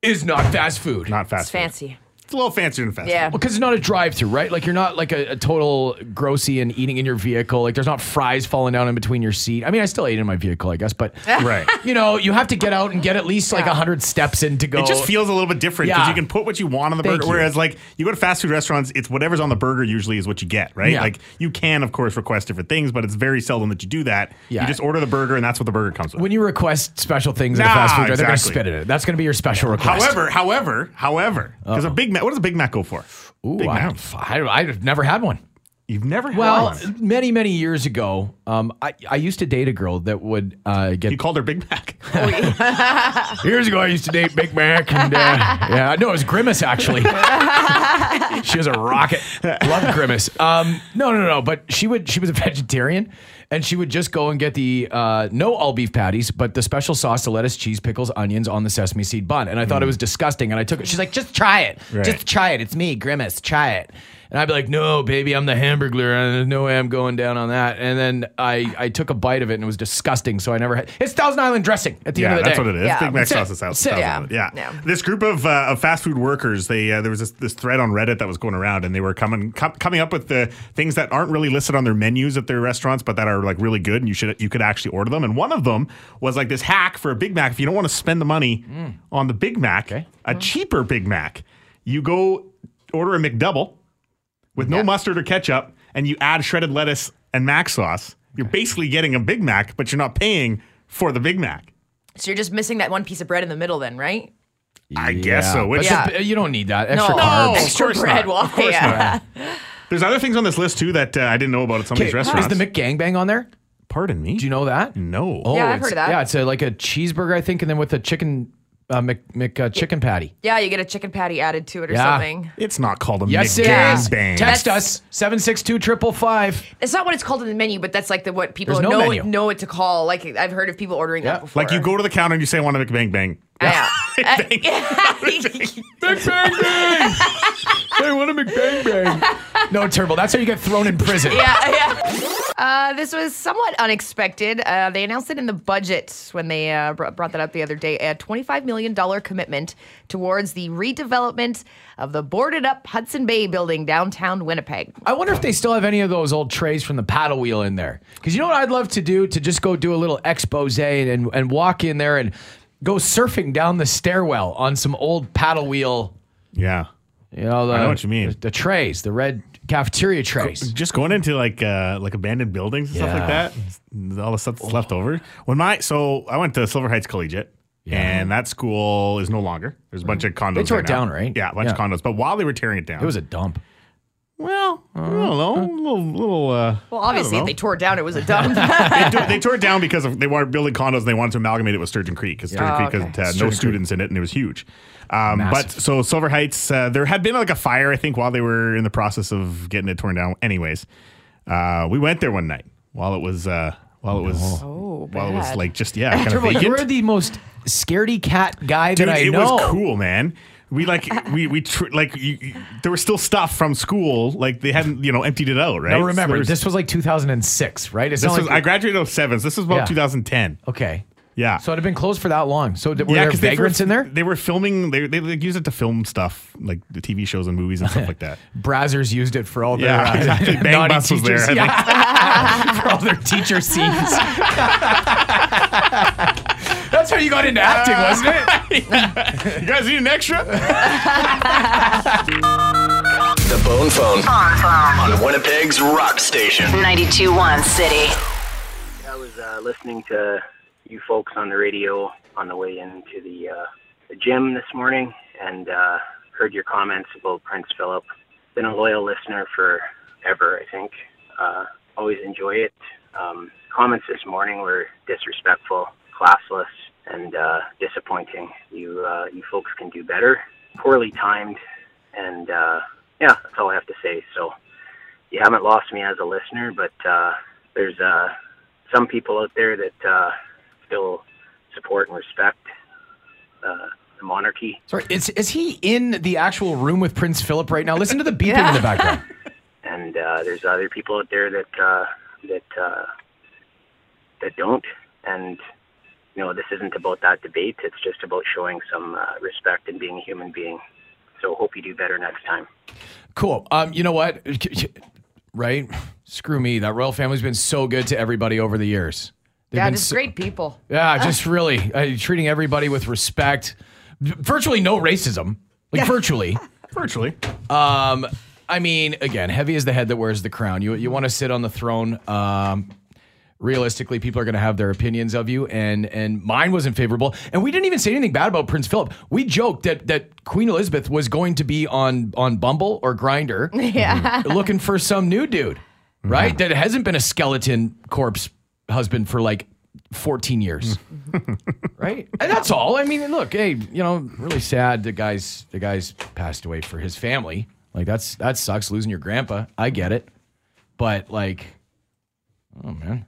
Speaker 3: is not fast food.
Speaker 4: not fast
Speaker 6: It's
Speaker 4: food.
Speaker 6: fancy.
Speaker 4: It's a little fancier than fast
Speaker 6: Yeah.
Speaker 3: because it's not a drive-through, right? Like you're not like a, a total grossy and eating in your vehicle. Like there's not fries falling down in between your seat. I mean, I still ate in my vehicle, I guess, but
Speaker 4: food. Right.
Speaker 3: you know, you have to get out and get at least like like hundred steps in to go.
Speaker 4: It just feels a little bit different because
Speaker 3: Oh, Yeah.
Speaker 4: you can put what you want on the
Speaker 3: Thank
Speaker 4: burger.
Speaker 3: you.
Speaker 4: Whereas, like, you go to fast food restaurants, it's whatever's on the burger usually is what you get, right?
Speaker 3: Yeah.
Speaker 4: Like, you can, of course, request different things, but it's very seldom that you do that.
Speaker 3: Yeah.
Speaker 4: You just order the burger, and that's what the burger comes with.
Speaker 3: when you request special things at a
Speaker 4: Nah,
Speaker 3: fast food, they're gonna
Speaker 4: exactly.
Speaker 3: spit at it. That's gonna be your special request.
Speaker 4: however, however, however, because a Big Mac, what does a Big Mac go for?
Speaker 3: Ooh,
Speaker 4: Big
Speaker 3: I,
Speaker 4: Mac.
Speaker 3: I, have never had one.
Speaker 4: You've never had
Speaker 3: Well,
Speaker 4: one.
Speaker 3: many many years ago, um, I I used to date a girl that would uh, get
Speaker 4: You called her Big Mac.
Speaker 3: Years ago, I used to date Big Mac, and uh, yeah, no, it was Grimace actually. she was a rocket. Love Grimace. Um, no, no, no, but she would. She was a vegetarian, and she would just go and get the uh, no all beef patties, but the special sauce, the lettuce, cheese, pickles, onions on the sesame seed bun. And I
Speaker 4: Mm.
Speaker 3: thought it was disgusting, and I took it. She's like, "Just try it. Just try it. It's me, Grimace. Try it." And I'd be like, "No, baby, I'm the hamburger, and there's no way I'm going down on that." And then I, I took a bite of it, and it was disgusting. So I never had. It's Thousand Island dressing at the
Speaker 4: yeah,
Speaker 3: end of the
Speaker 4: that's
Speaker 3: day.
Speaker 4: what it is.
Speaker 6: Yeah.
Speaker 4: Big Mac
Speaker 3: Sit.
Speaker 4: sauce is out.
Speaker 3: Sit.
Speaker 4: Yeah.
Speaker 6: Yeah.
Speaker 4: yeah,
Speaker 6: Yeah.
Speaker 4: This group of, uh, of fast food workers, they uh, there was this, this thread on Reddit that was going around, and they were coming com- coming up with the things that aren't really listed on their menus at their restaurants, but that are like really good, and you should you could actually order them. And one of them was like this hack for a Big Mac. If you don't want to spend the money
Speaker 3: Mm.
Speaker 4: on the Big Mac, a cheaper Big Mac, you go order a McDouble with no mustard or ketchup, and you add shredded lettuce and mac sauce. You're basically getting a Big Mac, but you're not paying for the Big Mac.
Speaker 6: So you're just missing that one piece of bread in the middle, then, right?
Speaker 4: I guess so. Which
Speaker 3: But
Speaker 6: Yeah.
Speaker 3: the- you don't need that extra
Speaker 6: No.
Speaker 3: carbs.
Speaker 4: of
Speaker 6: Extra
Speaker 4: course
Speaker 6: bread,
Speaker 4: not.
Speaker 6: well,
Speaker 4: Of course
Speaker 6: yeah.
Speaker 4: not. There's other things on this list too that uh, I didn't know about at some of these
Speaker 3: Okay,
Speaker 4: restaurants. Mm.
Speaker 3: Is the McGangbang on there?
Speaker 4: Pardon me.
Speaker 3: Do you know that?
Speaker 4: No.
Speaker 3: Oh,
Speaker 6: Yeah, I've
Speaker 3: it's-
Speaker 6: heard of that.
Speaker 3: Yeah, it's a, like a cheeseburger, I think, and then with a chicken uh, Mc, Mc uh, chicken patty.
Speaker 6: Yeah, you get a chicken patty added to it or
Speaker 3: Yeah.
Speaker 6: something.
Speaker 4: It's not called a
Speaker 3: Yes, it
Speaker 4: McGang
Speaker 3: is.
Speaker 4: Bang.
Speaker 3: Text
Speaker 6: That's-
Speaker 3: us seven six two triple five.
Speaker 6: It's not what it's called in the menu, but that's like the what people
Speaker 3: There's no
Speaker 6: know
Speaker 3: menu.
Speaker 6: know it to call. Like I've heard of people ordering
Speaker 3: Yeah.
Speaker 6: that before.
Speaker 4: Like you go to the counter and you say, "I want a McBang Bang."
Speaker 6: Yeah. Uh,
Speaker 3: Bang bang! I want a McBang bang. No, Turbo. That's how you get thrown in prison.
Speaker 6: yeah, yeah. Uh, this was somewhat unexpected. Uh, they announced it in the budget when they uh, br- brought that up the other day. A $25 million commitment towards the redevelopment of the boarded up Hudson Bay building downtown Winnipeg.
Speaker 3: I wonder if they still have any of those old trays from the paddle wheel in there. Because you know what I'd love to do to just go do a little expose and and walk in there and go surfing down the stairwell on some old paddle wheel.
Speaker 4: Yeah.
Speaker 3: You know, the,
Speaker 4: know what you mean.
Speaker 3: The, the trays, the red cafeteria trays.
Speaker 4: Just going into like uh, like abandoned buildings and stuff like
Speaker 3: Yeah.
Speaker 4: that, all the stuff that's left over. When my so I went to Silver Heights Collegiate, and that school is no longer. There's a bunch of condos.
Speaker 3: They tore
Speaker 4: there
Speaker 3: it
Speaker 4: now.
Speaker 3: down, right?
Speaker 4: Yeah, a bunch of
Speaker 3: Yeah.
Speaker 4: condos. But while they were tearing it down,
Speaker 3: It was a dump.
Speaker 4: well, I don't know, little little. Uh,
Speaker 6: Well,
Speaker 4: I don't
Speaker 6: obviously, if
Speaker 4: know.
Speaker 6: they tore it down, it was a dump.
Speaker 4: they, do, they tore it down because of, they wanted building condos and they wanted to amalgamate it with Sturgeon Creek because Sturgeon
Speaker 6: Oh,
Speaker 4: Creek
Speaker 6: okay.
Speaker 4: had uh,
Speaker 3: Sturgeon
Speaker 4: no
Speaker 3: Creek.
Speaker 4: students in it and it was huge. Um, but
Speaker 3: Massive.
Speaker 4: so Silver Heights, uh, there had been like a fire I think while they were in the process of getting it torn down. Anyways, uh, we went there one night while it was uh, while it was while it was
Speaker 6: Oh, bad.
Speaker 4: like just yeah kind of
Speaker 3: Turbo,
Speaker 4: vacant.
Speaker 3: you're the most scaredy cat guy
Speaker 4: Dude,
Speaker 3: that I
Speaker 4: it
Speaker 3: know.
Speaker 4: was cool, man. We like we we tr- like you, you- there was still stuff from school like they hadn't you know emptied it out right.
Speaker 3: Now
Speaker 4: So
Speaker 3: remember,
Speaker 4: there was-
Speaker 3: this was like 2006, right? It's
Speaker 4: this
Speaker 3: not
Speaker 4: was I
Speaker 3: like,
Speaker 4: graduated in 07, so this was about
Speaker 3: Yeah.
Speaker 4: 2010.
Speaker 3: okay.
Speaker 4: Yeah.
Speaker 3: So it had been closed for that long. So did, were there
Speaker 4: 'cause they
Speaker 3: vagrants
Speaker 4: were-
Speaker 3: in there?
Speaker 4: They were filming. They they like, used it to film stuff like the TV shows and movies and stuff like that.
Speaker 3: Brazzers used it for all their
Speaker 4: Yeah,
Speaker 3: uh,
Speaker 4: I think Bang
Speaker 3: naughty
Speaker 4: Bus was there,
Speaker 3: teachers.
Speaker 4: I
Speaker 3: Yeah. for all their teacher scenes. That's how you got into acting, wasn't it?
Speaker 4: You guys need an extra?
Speaker 8: The Bone Phone on Winnipeg's Rock Station.
Speaker 1: 92.1 City.
Speaker 9: I was uh, listening to you folks on the radio on the way into the, uh, the gym this morning and uh, heard your comments about Prince Philip. Been a loyal listener for ever, I think. Uh, always enjoy it. Um, comments this morning were disrespectful, classless, and uh, disappointing. You uh, you folks can do better. Poorly timed, and uh, yeah, that's all I have to say. So you haven't lost me as a listener, but uh, there's uh, some people out there that uh, still support and respect uh, the monarchy.
Speaker 3: Sorry, is, is he in the actual room with Prince Philip right now? Listen to the beeping in the background.
Speaker 9: and uh, there's other people out there that uh, that uh, that don't. And you know, this isn't about that debate. It's just about showing some uh, respect and being a human being. So hope you do better next time.
Speaker 3: Cool. Um, you know what? Right? Screw me. That royal family's been so good to everybody over the years. They've
Speaker 6: yeah,
Speaker 3: been
Speaker 6: just
Speaker 3: so-
Speaker 6: great people.
Speaker 3: Yeah, just really uh, treating everybody with respect. Virtually no racism. Like virtually.
Speaker 4: Virtually.
Speaker 3: Um, I mean, again, heavy is the head that wears the crown. You you want to sit on the throne. Um, realistically, people are going to have their opinions of you, and and mine wasn't favorable. And we didn't even say anything bad about Prince Philip. We joked that that Queen Elizabeth was going to be on on Bumble or Grinder, yeah, looking for some new dude, right? That hasn't been a skeleton corpse husband for like. 14 years Mm-hmm. right and that's all i mean look hey you know really sad the guys the guys passed away for his family like that's that sucks losing your grandpa i get it but like oh man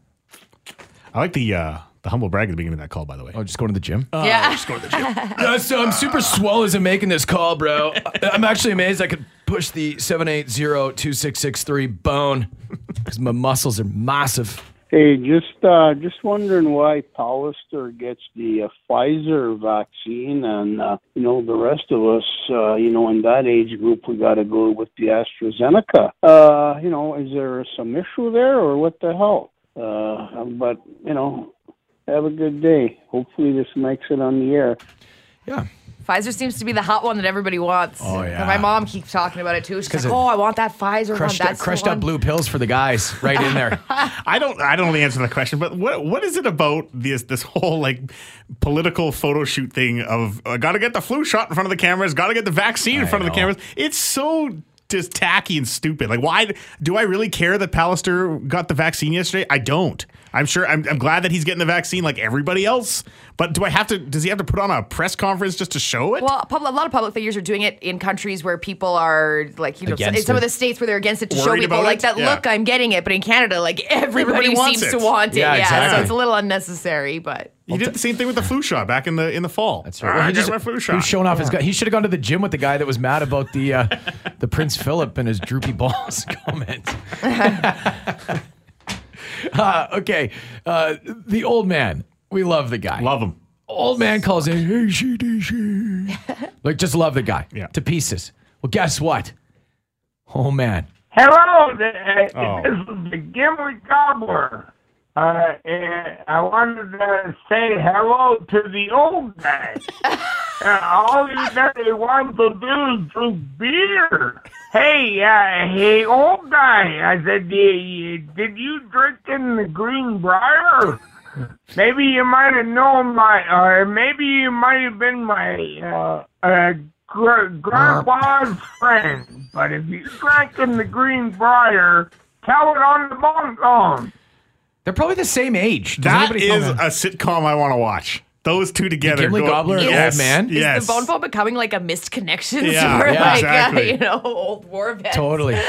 Speaker 4: I like the uh, the humble brag at the beginning of that call, by the way.
Speaker 3: oh just going to the gym
Speaker 6: yeah.
Speaker 3: yeah, so i'm super swell as i'm making this call bro i'm actually amazed i could push the 780-2663 bone because my muscles are massive
Speaker 10: Hey, just uh, just wondering why Pallister gets the uh, Pfizer vaccine, and uh, you know the rest of us, uh, you know, in that age group, we got to go with the AstraZeneca. Uh, you know, is there some issue there, or what the hell? Uh, but you know, have a good day. Hopefully, this makes it on the air.
Speaker 3: yeah
Speaker 6: Pfizer seems to be the hot one that everybody wants.
Speaker 3: Oh,
Speaker 6: And
Speaker 3: yeah.
Speaker 6: My mom keeps talking about it too. She's
Speaker 3: 'Cause
Speaker 6: like,
Speaker 3: it
Speaker 6: "Oh, I want that Pfizer
Speaker 3: crushed,
Speaker 6: one.
Speaker 3: up,
Speaker 6: That's the
Speaker 3: crushed up
Speaker 6: one."
Speaker 3: blue pills for the guys right in there
Speaker 4: I don't I don't really answer the question, but what what is it about this this whole like political photo shoot thing of uh, gotta get the flu shot in front of the cameras, gotta get the vaccine in
Speaker 3: I
Speaker 4: front of
Speaker 3: know.
Speaker 4: the cameras? It's so just tacky and stupid. Like, why do I really care that Pallister got the vaccine yesterday? I don't. I'm sure. I'm, I'm glad that he's getting the vaccine like everybody else. But do I have to? Does he have to put on a press conference just to show it?
Speaker 6: Well, pub- a lot of public figures are doing it in countries where people are like, you know,
Speaker 3: Against
Speaker 6: in some
Speaker 3: it.
Speaker 6: of the states where they're against it to show
Speaker 4: Worried
Speaker 6: people
Speaker 4: about
Speaker 6: like
Speaker 4: it?
Speaker 6: that.
Speaker 4: Yeah.
Speaker 6: Look, I'm getting it, but in Canada, like everybody,
Speaker 4: Everybody wants
Speaker 6: seems to
Speaker 4: it.
Speaker 6: want it.
Speaker 3: Yeah,
Speaker 6: Yeah,
Speaker 3: exactly.
Speaker 6: so it's a little unnecessary, but
Speaker 4: he did the same thing with the flu shot back in the in the fall.
Speaker 3: That's right.
Speaker 4: Ah,
Speaker 3: Well,
Speaker 4: I
Speaker 3: he
Speaker 4: got
Speaker 3: just
Speaker 4: my flu
Speaker 3: he was
Speaker 4: shot.
Speaker 3: showing off his guy. He should have gone to the gym with the guy that was mad about the uh, the Prince Philip and his droopy balls comment. uh, okay, uh, the old man. We love the guy.
Speaker 4: Love him.
Speaker 3: old man calls in. Hey, she, she, she. like just love the guy
Speaker 4: Yeah.
Speaker 3: to pieces. Well, guess what? Oh man,
Speaker 11: Hello, th- uh,
Speaker 4: Oh.
Speaker 11: this is the Gimli Gobbler. Uh, and I wanted to say hello to the old guy. uh, all he really wants to do is drink beer. Hey, uh, hey, old guy. I said, "D- did you drink in the Green Briar? Maybe you might have known my, or maybe you might have been my uh, uh, gr- grandpa's friend. But if you drank in the Green Briar, tell it on the bonbon.
Speaker 3: They're probably the same age.
Speaker 4: That is a sitcom I want to watch. Those two together.
Speaker 3: Gimli
Speaker 4: go-
Speaker 3: Gobbler and
Speaker 4: yes,
Speaker 3: Old Man? Is the
Speaker 4: Yes.
Speaker 6: Is the bone phone becoming like a missed connection?
Speaker 4: Yeah,
Speaker 6: or
Speaker 4: yeah,
Speaker 6: like,
Speaker 4: exactly.
Speaker 6: uh, you know, old war vets?
Speaker 3: Totally.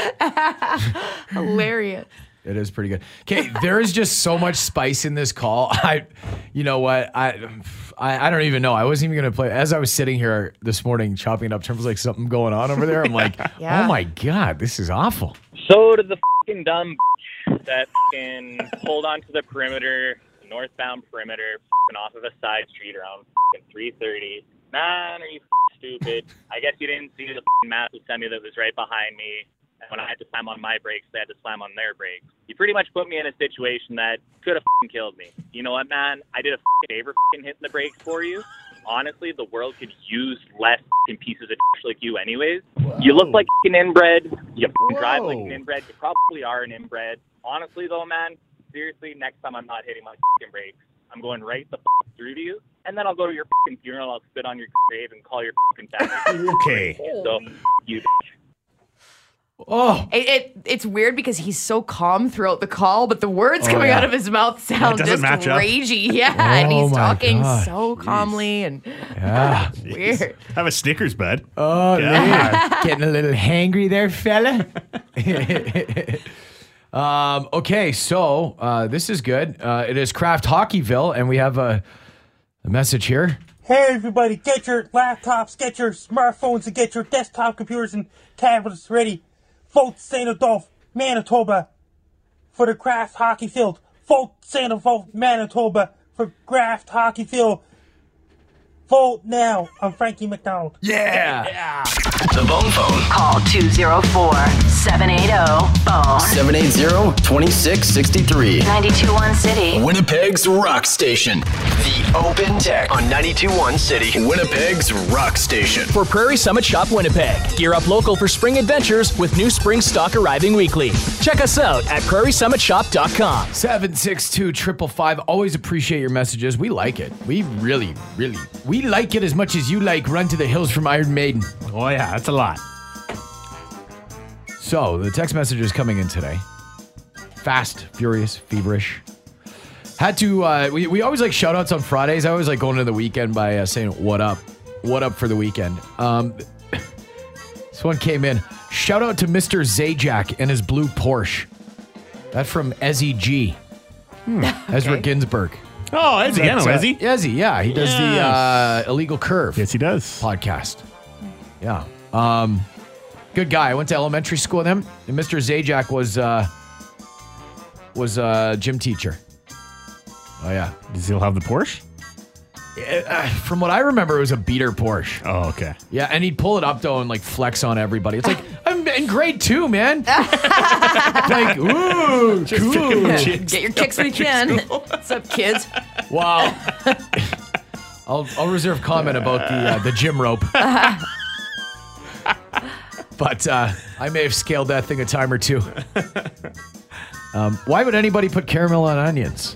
Speaker 6: Hilarious.
Speaker 3: It is pretty good. Okay, there is just so much spice in this call. I, you know what? I, I, I don't even know. I wasn't even gonna play. As I was sitting here this morning chopping it up, Tim was like, "Something going on over there." I'm like,
Speaker 12: Yeah.
Speaker 3: "Oh my god, this is awful."
Speaker 12: So did the fucking dumb bitch that can hold on to the perimeter, the northbound perimeter, fing off of a side street around fing 3:30. Man, are you fing stupid? I guess you didn't see the fing massive semi that was right behind me. And when I had to slam on my brakes, they had to slam on their brakes. You pretty much put me in a situation that could have fing killed me. You know what, man? I did a fing favor fing hitting the brakes for you. Honestly, the world could use less fing pieces of dish like you, anyways. You look like an inbred. You f***ing drive like an
Speaker 13: Whoa.
Speaker 12: inbred. You probably are an inbred. Honestly, though, man, seriously, next time I'm not hitting my f***ing brakes. I'm going right the f***ing through to you, and then I'll go to your f***ing funeral. I'll spit on your grave and call your f***ing family.
Speaker 4: Okay.
Speaker 12: So, you.
Speaker 3: Oh,
Speaker 6: It, it it's weird because he's so calm throughout the call, but the words
Speaker 3: Oh,
Speaker 6: coming
Speaker 3: yeah.
Speaker 6: out of his mouth
Speaker 3: Yeah, it
Speaker 6: sound
Speaker 3: doesn't
Speaker 6: just
Speaker 3: match up.
Speaker 6: ragey. Yeah, and
Speaker 3: Oh
Speaker 6: he's
Speaker 3: my
Speaker 6: talking
Speaker 3: gosh.
Speaker 6: so calmly and
Speaker 3: Yeah.
Speaker 6: weird.
Speaker 4: Have a Snickers, bud.
Speaker 3: Oh,
Speaker 4: Yeah.
Speaker 3: man. getting a little hangry there, fella. um, okay, so uh, this is good. Uh, it is Craft Hockeyville, and we have a, a message here.
Speaker 14: Hey everybody, get your laptops, get your smartphones, and get your desktop computers and tablets ready. Vote St. Adolph, Manitoba for the Craft Hockey Field. Vote St. Adolph, Manitoba for Craft Hockey Field. Vote now. I'm Frankie McDonald.
Speaker 3: Yeah.
Speaker 8: The Bone Phone.
Speaker 1: Call 204 780 Bone.
Speaker 8: 780-2663.
Speaker 1: 921 City.
Speaker 8: Winnipeg's Rock Station. The Open Tech on 921 City. Winnipeg's Rock Station.
Speaker 15: For Prairie Summit Shop Winnipeg, gear up local for spring adventures with new spring stock arriving weekly. Check us out at prairiesummitsshop.com.
Speaker 3: 762 555. Always appreciate your messages. We like it. We really, really, we like it as much as you like Run to the Hills from Iron Maiden.
Speaker 4: Oh, yeah, that's a lot.
Speaker 3: So the text message is coming in today. Fast, furious, feverish. Had to, uh, we, we always like shout outs on Fridays. I always like going to the weekend by uh, saying, What up? What up for the weekend? Um, this one came in. Shout out to Mr. Zajac and his blue Porsche. That from Ezzy G. Hmm. Ezra
Speaker 4: Okay.
Speaker 3: Ginsburg.
Speaker 4: Oh, Ezzy, I know
Speaker 3: That's, uh,
Speaker 4: Ezzy.
Speaker 3: Ezzy, yeah. He does the
Speaker 4: Yes.
Speaker 3: uh, Illegal Curve. Yes,
Speaker 4: he does.
Speaker 3: Podcast. Yeah. Um, good guy. I went to elementary school with him. And Mr. Zajac was uh, was a gym teacher. Oh yeah.
Speaker 4: Does he have the Porsche?
Speaker 3: Uh, From what I remember, it was a beater Porsche.
Speaker 4: Oh, okay.
Speaker 3: Yeah, and he'd pull it up though and like flex on everybody. It's like I'm in grade two, man. like, ooh, cool.
Speaker 6: Get your kicks when you can. What's up, kids?
Speaker 3: Wow. I'll, I'll reserve comment about the uh, the gym rope. but uh, I may have scaled that thing a time or two. Um, why would anybody put caramel on onions?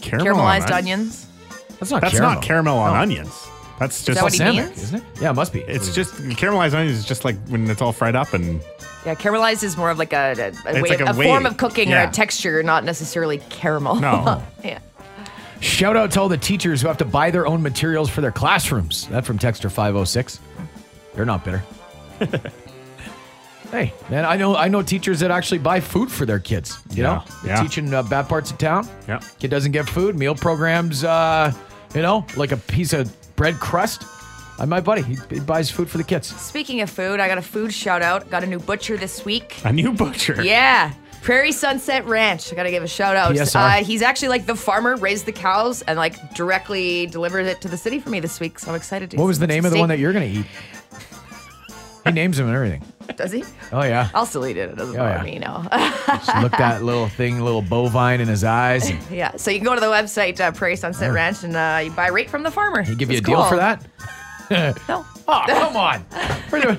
Speaker 4: Caramel on
Speaker 6: Caramelized onions.
Speaker 3: That's
Speaker 4: That's not caramel on onions. That's
Speaker 6: Is
Speaker 4: just
Speaker 6: that what he Balsamic, means?
Speaker 3: isn't it? Yeah, it must be.
Speaker 4: It's just caramelized onions is just like when it's all fried up and
Speaker 6: Yeah, caramelized is more of like a, a,
Speaker 4: It's
Speaker 6: way,
Speaker 4: like a
Speaker 6: a,
Speaker 4: way.
Speaker 6: form of cooking or
Speaker 4: Yeah.
Speaker 6: a texture, not necessarily caramel.
Speaker 3: No.
Speaker 6: yeah.
Speaker 3: Shout out to all the teachers who have to buy their own materials for their classrooms. That from Texter 506. They're not bitter. hey, man, I know I know teachers that actually buy food for their kids. You know, They
Speaker 4: yeah.
Speaker 3: teach in uh, bad parts of town.
Speaker 4: Yeah.
Speaker 3: Kid doesn't get food, meal programs, uh, you know, like a piece of bread crust. I my buddy, he, he buys food for the kids.
Speaker 6: Speaking of food, I got a food shout out. Got a new butcher this week.
Speaker 3: A new butcher.
Speaker 6: Yeah. Prairie Sunset Ranch. I gotta give a shout out.
Speaker 3: PSR.
Speaker 6: Uh, he's actually like the farmer, raised the cows, and like directly delivered it to the city for me this week. So I'm excited to.
Speaker 3: What was the name of the one that you're going to eat? He names them and everything.
Speaker 6: that? Does he?
Speaker 3: Oh yeah.
Speaker 6: I'll still eat it. It doesn't
Speaker 3: Oh,
Speaker 6: bother
Speaker 3: yeah.
Speaker 6: me, you know.
Speaker 3: Just look that little thing, little bovine in his eyes. and
Speaker 6: yeah. So you can go to the website uh, Prairie Sunset
Speaker 3: Oh.
Speaker 6: Ranch and uh, you buy right from the farmer.
Speaker 3: He give you a
Speaker 6: It's
Speaker 3: deal
Speaker 6: cool.
Speaker 3: for that? no. Oh, come on. Where do- where's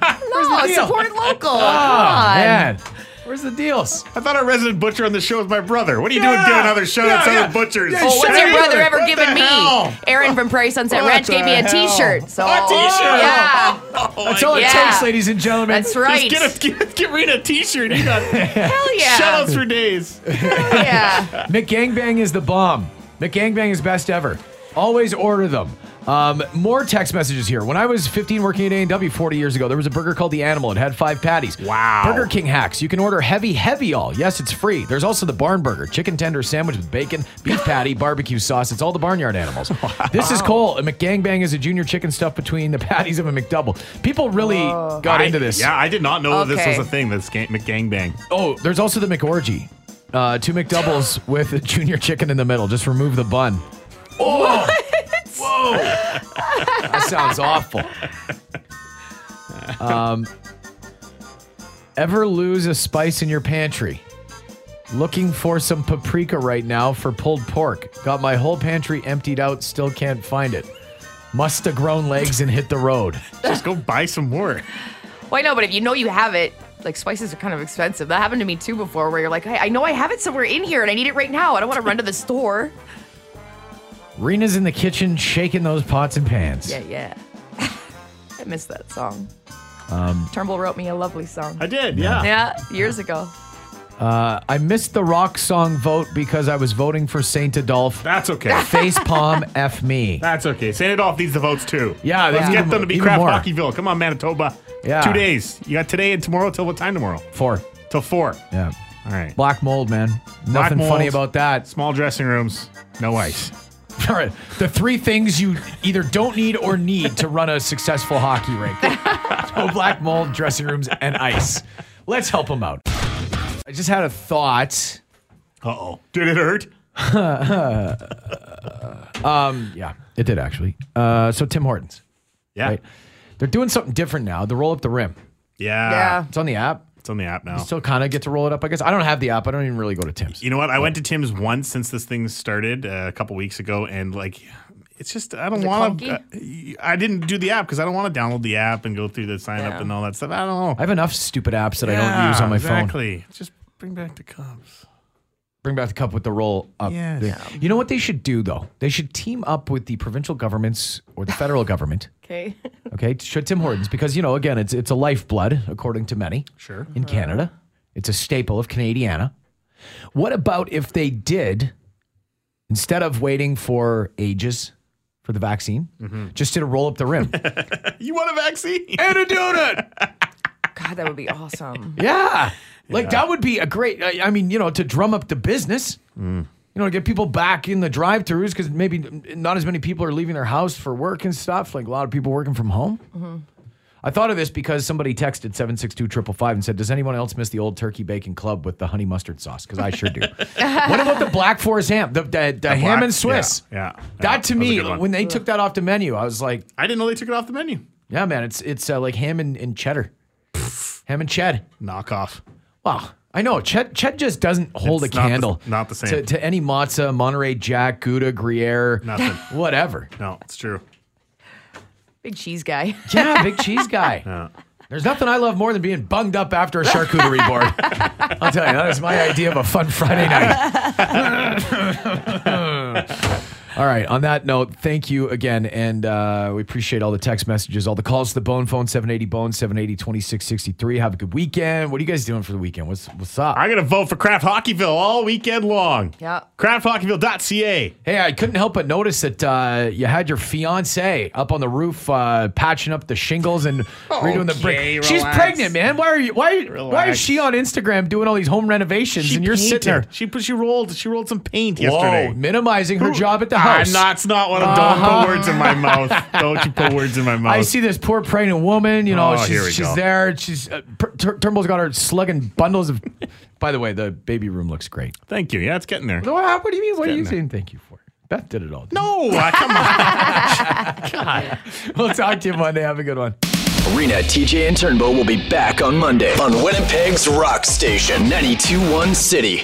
Speaker 6: No,
Speaker 3: the deal?
Speaker 6: support local.
Speaker 3: Oh,
Speaker 6: Come on.
Speaker 3: man. Where's the deals?
Speaker 4: I thought our resident butcher on the show was my brother. What are you doing
Speaker 6: Yeah.
Speaker 4: doing another show
Speaker 6: Yeah,
Speaker 4: that's
Speaker 6: yeah.
Speaker 4: other butchers?
Speaker 6: Oh, what's your brother ever
Speaker 4: What
Speaker 6: given
Speaker 4: the
Speaker 6: me?
Speaker 4: hell?
Speaker 6: Aaron from Prairie Sunset
Speaker 4: What
Speaker 6: Ranch
Speaker 4: the
Speaker 6: gave me a
Speaker 4: hell?
Speaker 6: T-shirt. So
Speaker 4: A t-shirt?
Speaker 6: Yeah.
Speaker 3: That's all it
Speaker 6: Oh, Yeah.
Speaker 3: takes, ladies and gentlemen.
Speaker 6: That's right.
Speaker 4: Just get, a, get, get Rena a t-shirt. You got
Speaker 6: Hell yeah.
Speaker 4: shout-outs for days.
Speaker 3: McGangbang is the bomb. McGangbang is best ever. Always order them. Um, more text messages here. When I was 15 working at A&W 40 years ago, there was a burger called The Animal. It had five patties. Wow. Burger King hacks. You can order heavy, heavy all. Yes, it's free. There's also the barn burger, chicken tender sandwich with bacon, beef patty, barbecue sauce. It's all the barnyard animals. This is Cole. A McGangbang is a junior chicken stuffed between the patties of a McDouble. People really got
Speaker 4: Uh, I-
Speaker 3: into this.
Speaker 4: Yeah, I did not know this
Speaker 3: Okay.
Speaker 4: was a thing, this gang, McGangbang.
Speaker 3: Oh, there's also the McOrgy. Uh, two McDoubles with a junior chicken in the middle. Just remove the bun. Oh, whoa. That sounds awful. Um, ever lose a spice in your pantry? Looking for some paprika right now for pulled pork. Got my whole pantry emptied out, still can't find it. Must have grown legs and hit the road.
Speaker 4: Just go buy some more.
Speaker 6: Why no? But if you know you have it, like spices are kind of expensive. That happened to me too before, where you're like, hey, I know I have it somewhere in here, and I need it right now. I don't want to run to the store.
Speaker 3: Rena's in the kitchen shaking those pots and pans.
Speaker 6: Yeah, yeah. I miss that song.
Speaker 3: Um,
Speaker 6: Turnbull wrote me a lovely song.
Speaker 4: I did,
Speaker 3: yeah.
Speaker 6: Yeah, years ago.
Speaker 3: Uh, I missed the rock song vote because I was voting for Saint Adolphe.
Speaker 4: That's okay.
Speaker 3: Facepalm F me.
Speaker 4: That's okay. Saint Adolph needs the votes too.
Speaker 3: Yeah, they
Speaker 4: let's
Speaker 3: need
Speaker 4: get
Speaker 3: them
Speaker 4: them to be
Speaker 3: even
Speaker 4: Craft
Speaker 3: more.
Speaker 4: Hockeyville. Come on, Manitoba.
Speaker 3: Yeah.
Speaker 4: two days. You got today and tomorrow till what time tomorrow?
Speaker 3: Four
Speaker 4: till four.
Speaker 3: Yeah.
Speaker 4: All right.
Speaker 3: Black mold, man.
Speaker 4: Black
Speaker 3: Nothing funny
Speaker 4: mold,
Speaker 3: about that.
Speaker 4: Small dressing rooms, no ice.
Speaker 3: All right. The three things you either don't need or need to run a successful hockey rink. so black mold, dressing rooms, and ice. Let's help them out. I just had a thought.
Speaker 4: Uh oh. Did it hurt?
Speaker 3: um, yeah, it did actually. Uh, so Tim Hortons.
Speaker 4: Yeah.
Speaker 3: They're doing something different now. The roll up the rim.
Speaker 4: Yeah. Yeah.
Speaker 3: It's on the app.
Speaker 4: It's on the app now.
Speaker 3: You still kind of get to roll it up, I guess. I don't have the app. I don't even really go to Tim's.
Speaker 4: You know what? I went to Tim's once since this thing started uh, a couple weeks ago, and like, it's just I don't
Speaker 3: Is it
Speaker 4: want
Speaker 3: clunky?
Speaker 4: to. I didn't do the app because I don't want to download the app and go through the sign up
Speaker 3: Yeah.
Speaker 4: and all that stuff. I don't know.
Speaker 3: I have enough stupid apps that I don't
Speaker 4: Yeah,
Speaker 3: use on my phone.
Speaker 4: Exactly. Just bring back the Cubs.
Speaker 3: Bring back the cup with the roll up.
Speaker 4: Yes.
Speaker 3: thing. You know what they should do though? They should team up with the provincial governments or the federal government.
Speaker 6: Okay.
Speaker 3: Okay, should Tim Hortons because you know again it's it's a lifeblood according to many.
Speaker 4: Sure.
Speaker 3: In Canada, it's a staple of Canadiana. What about if they did instead of waiting for ages for the vaccine,
Speaker 4: Mm-hmm.
Speaker 3: just did a roll up the rim?
Speaker 4: You want a vaccine?
Speaker 3: And a donut.
Speaker 6: God, that would be awesome.
Speaker 3: Yeah. Like that would be a great, I, I mean, you know, to drum up the business,
Speaker 4: Mm.
Speaker 3: you know, to get people back in the drive throughs because maybe not as many people are leaving their house for work and stuff. Like a lot of people working from home.
Speaker 4: Mm-hmm.
Speaker 6: Mhm.
Speaker 3: I thought of this because somebody texted 762 555 and said, Does anyone else miss the old turkey bacon club with the honey mustard sauce? Because I sure do. what about the Black Forest ham? The, the, the,
Speaker 4: The
Speaker 3: ham
Speaker 4: black-
Speaker 3: and Swiss.
Speaker 4: Yeah. yeah.
Speaker 3: That to
Speaker 4: was a
Speaker 3: me,
Speaker 4: good one.
Speaker 3: when they took that off the menu, I was like,
Speaker 4: I didn't know they took it off the menu.
Speaker 3: Yeah, man, it's it's uh, like ham and, and cheddar, ham and ched.
Speaker 4: Knockoff.
Speaker 3: Wow, I know ched ched just doesn't hold
Speaker 4: It's
Speaker 3: a
Speaker 4: not the-
Speaker 3: candle.
Speaker 4: not the same.
Speaker 3: to, to any matzah, Monterey Jack, Gouda, Gruyere,
Speaker 4: Nothing.
Speaker 3: whatever.
Speaker 4: No, it's true.
Speaker 6: Big cheese guy.
Speaker 3: Yeah, big cheese guy.
Speaker 4: Uh,
Speaker 3: There's nothing I love more than being bunged up after a charcuterie board. I'll tell you, that is my idea of a fun Friday night. all right. On that note, thank you again. And uh, we appreciate all the text messages, all the calls to the bone phone, 780 bone, 780 2663. Have a good weekend. What are you guys doing for the weekend? What's, what's up?
Speaker 4: I'm going to vote for Craft Hockeyville all weekend long.
Speaker 6: Yeah.
Speaker 4: CraftHockeyville.ca.
Speaker 3: Hey, I couldn't help but notice that uh, you had your fiance up on the roof uh, patching up the shingles and redoing the brick.
Speaker 4: Okay,
Speaker 3: She's
Speaker 4: relax.
Speaker 3: pregnant, man. Why are you? Why? Why is
Speaker 4: Relax.
Speaker 3: she on Instagram doing all these home renovations and you're sitting there?
Speaker 4: painted. She put she rolled she rolled some paint
Speaker 3: Whoa,
Speaker 4: yesterday.
Speaker 3: minimizing her job at the house.
Speaker 4: I'm not. It's not what I'm. Don't
Speaker 3: Uh-huh.
Speaker 4: put words in my mouth. Don't you put words in my mouth.
Speaker 3: I see this poor pregnant woman. You know,
Speaker 4: Oh,
Speaker 3: she's,
Speaker 4: here we
Speaker 3: she's
Speaker 4: go.
Speaker 3: there. She's uh, Pr- Tur- Turnbull's got her slugging bundles of. By the way, the baby room looks great.
Speaker 4: Thank you. Yeah, it's getting there.
Speaker 3: No, uh, what do you mean? What are
Speaker 4: getting
Speaker 3: you
Speaker 4: there.
Speaker 3: saying? Thank you for. Beth did it all.
Speaker 4: No, Oh, come
Speaker 3: on. God. We'll talk to you Monday. Have a good one.
Speaker 8: Arena, TJ, and Turnbow will be back on Monday on Winnipeg's Rock Station 921 City.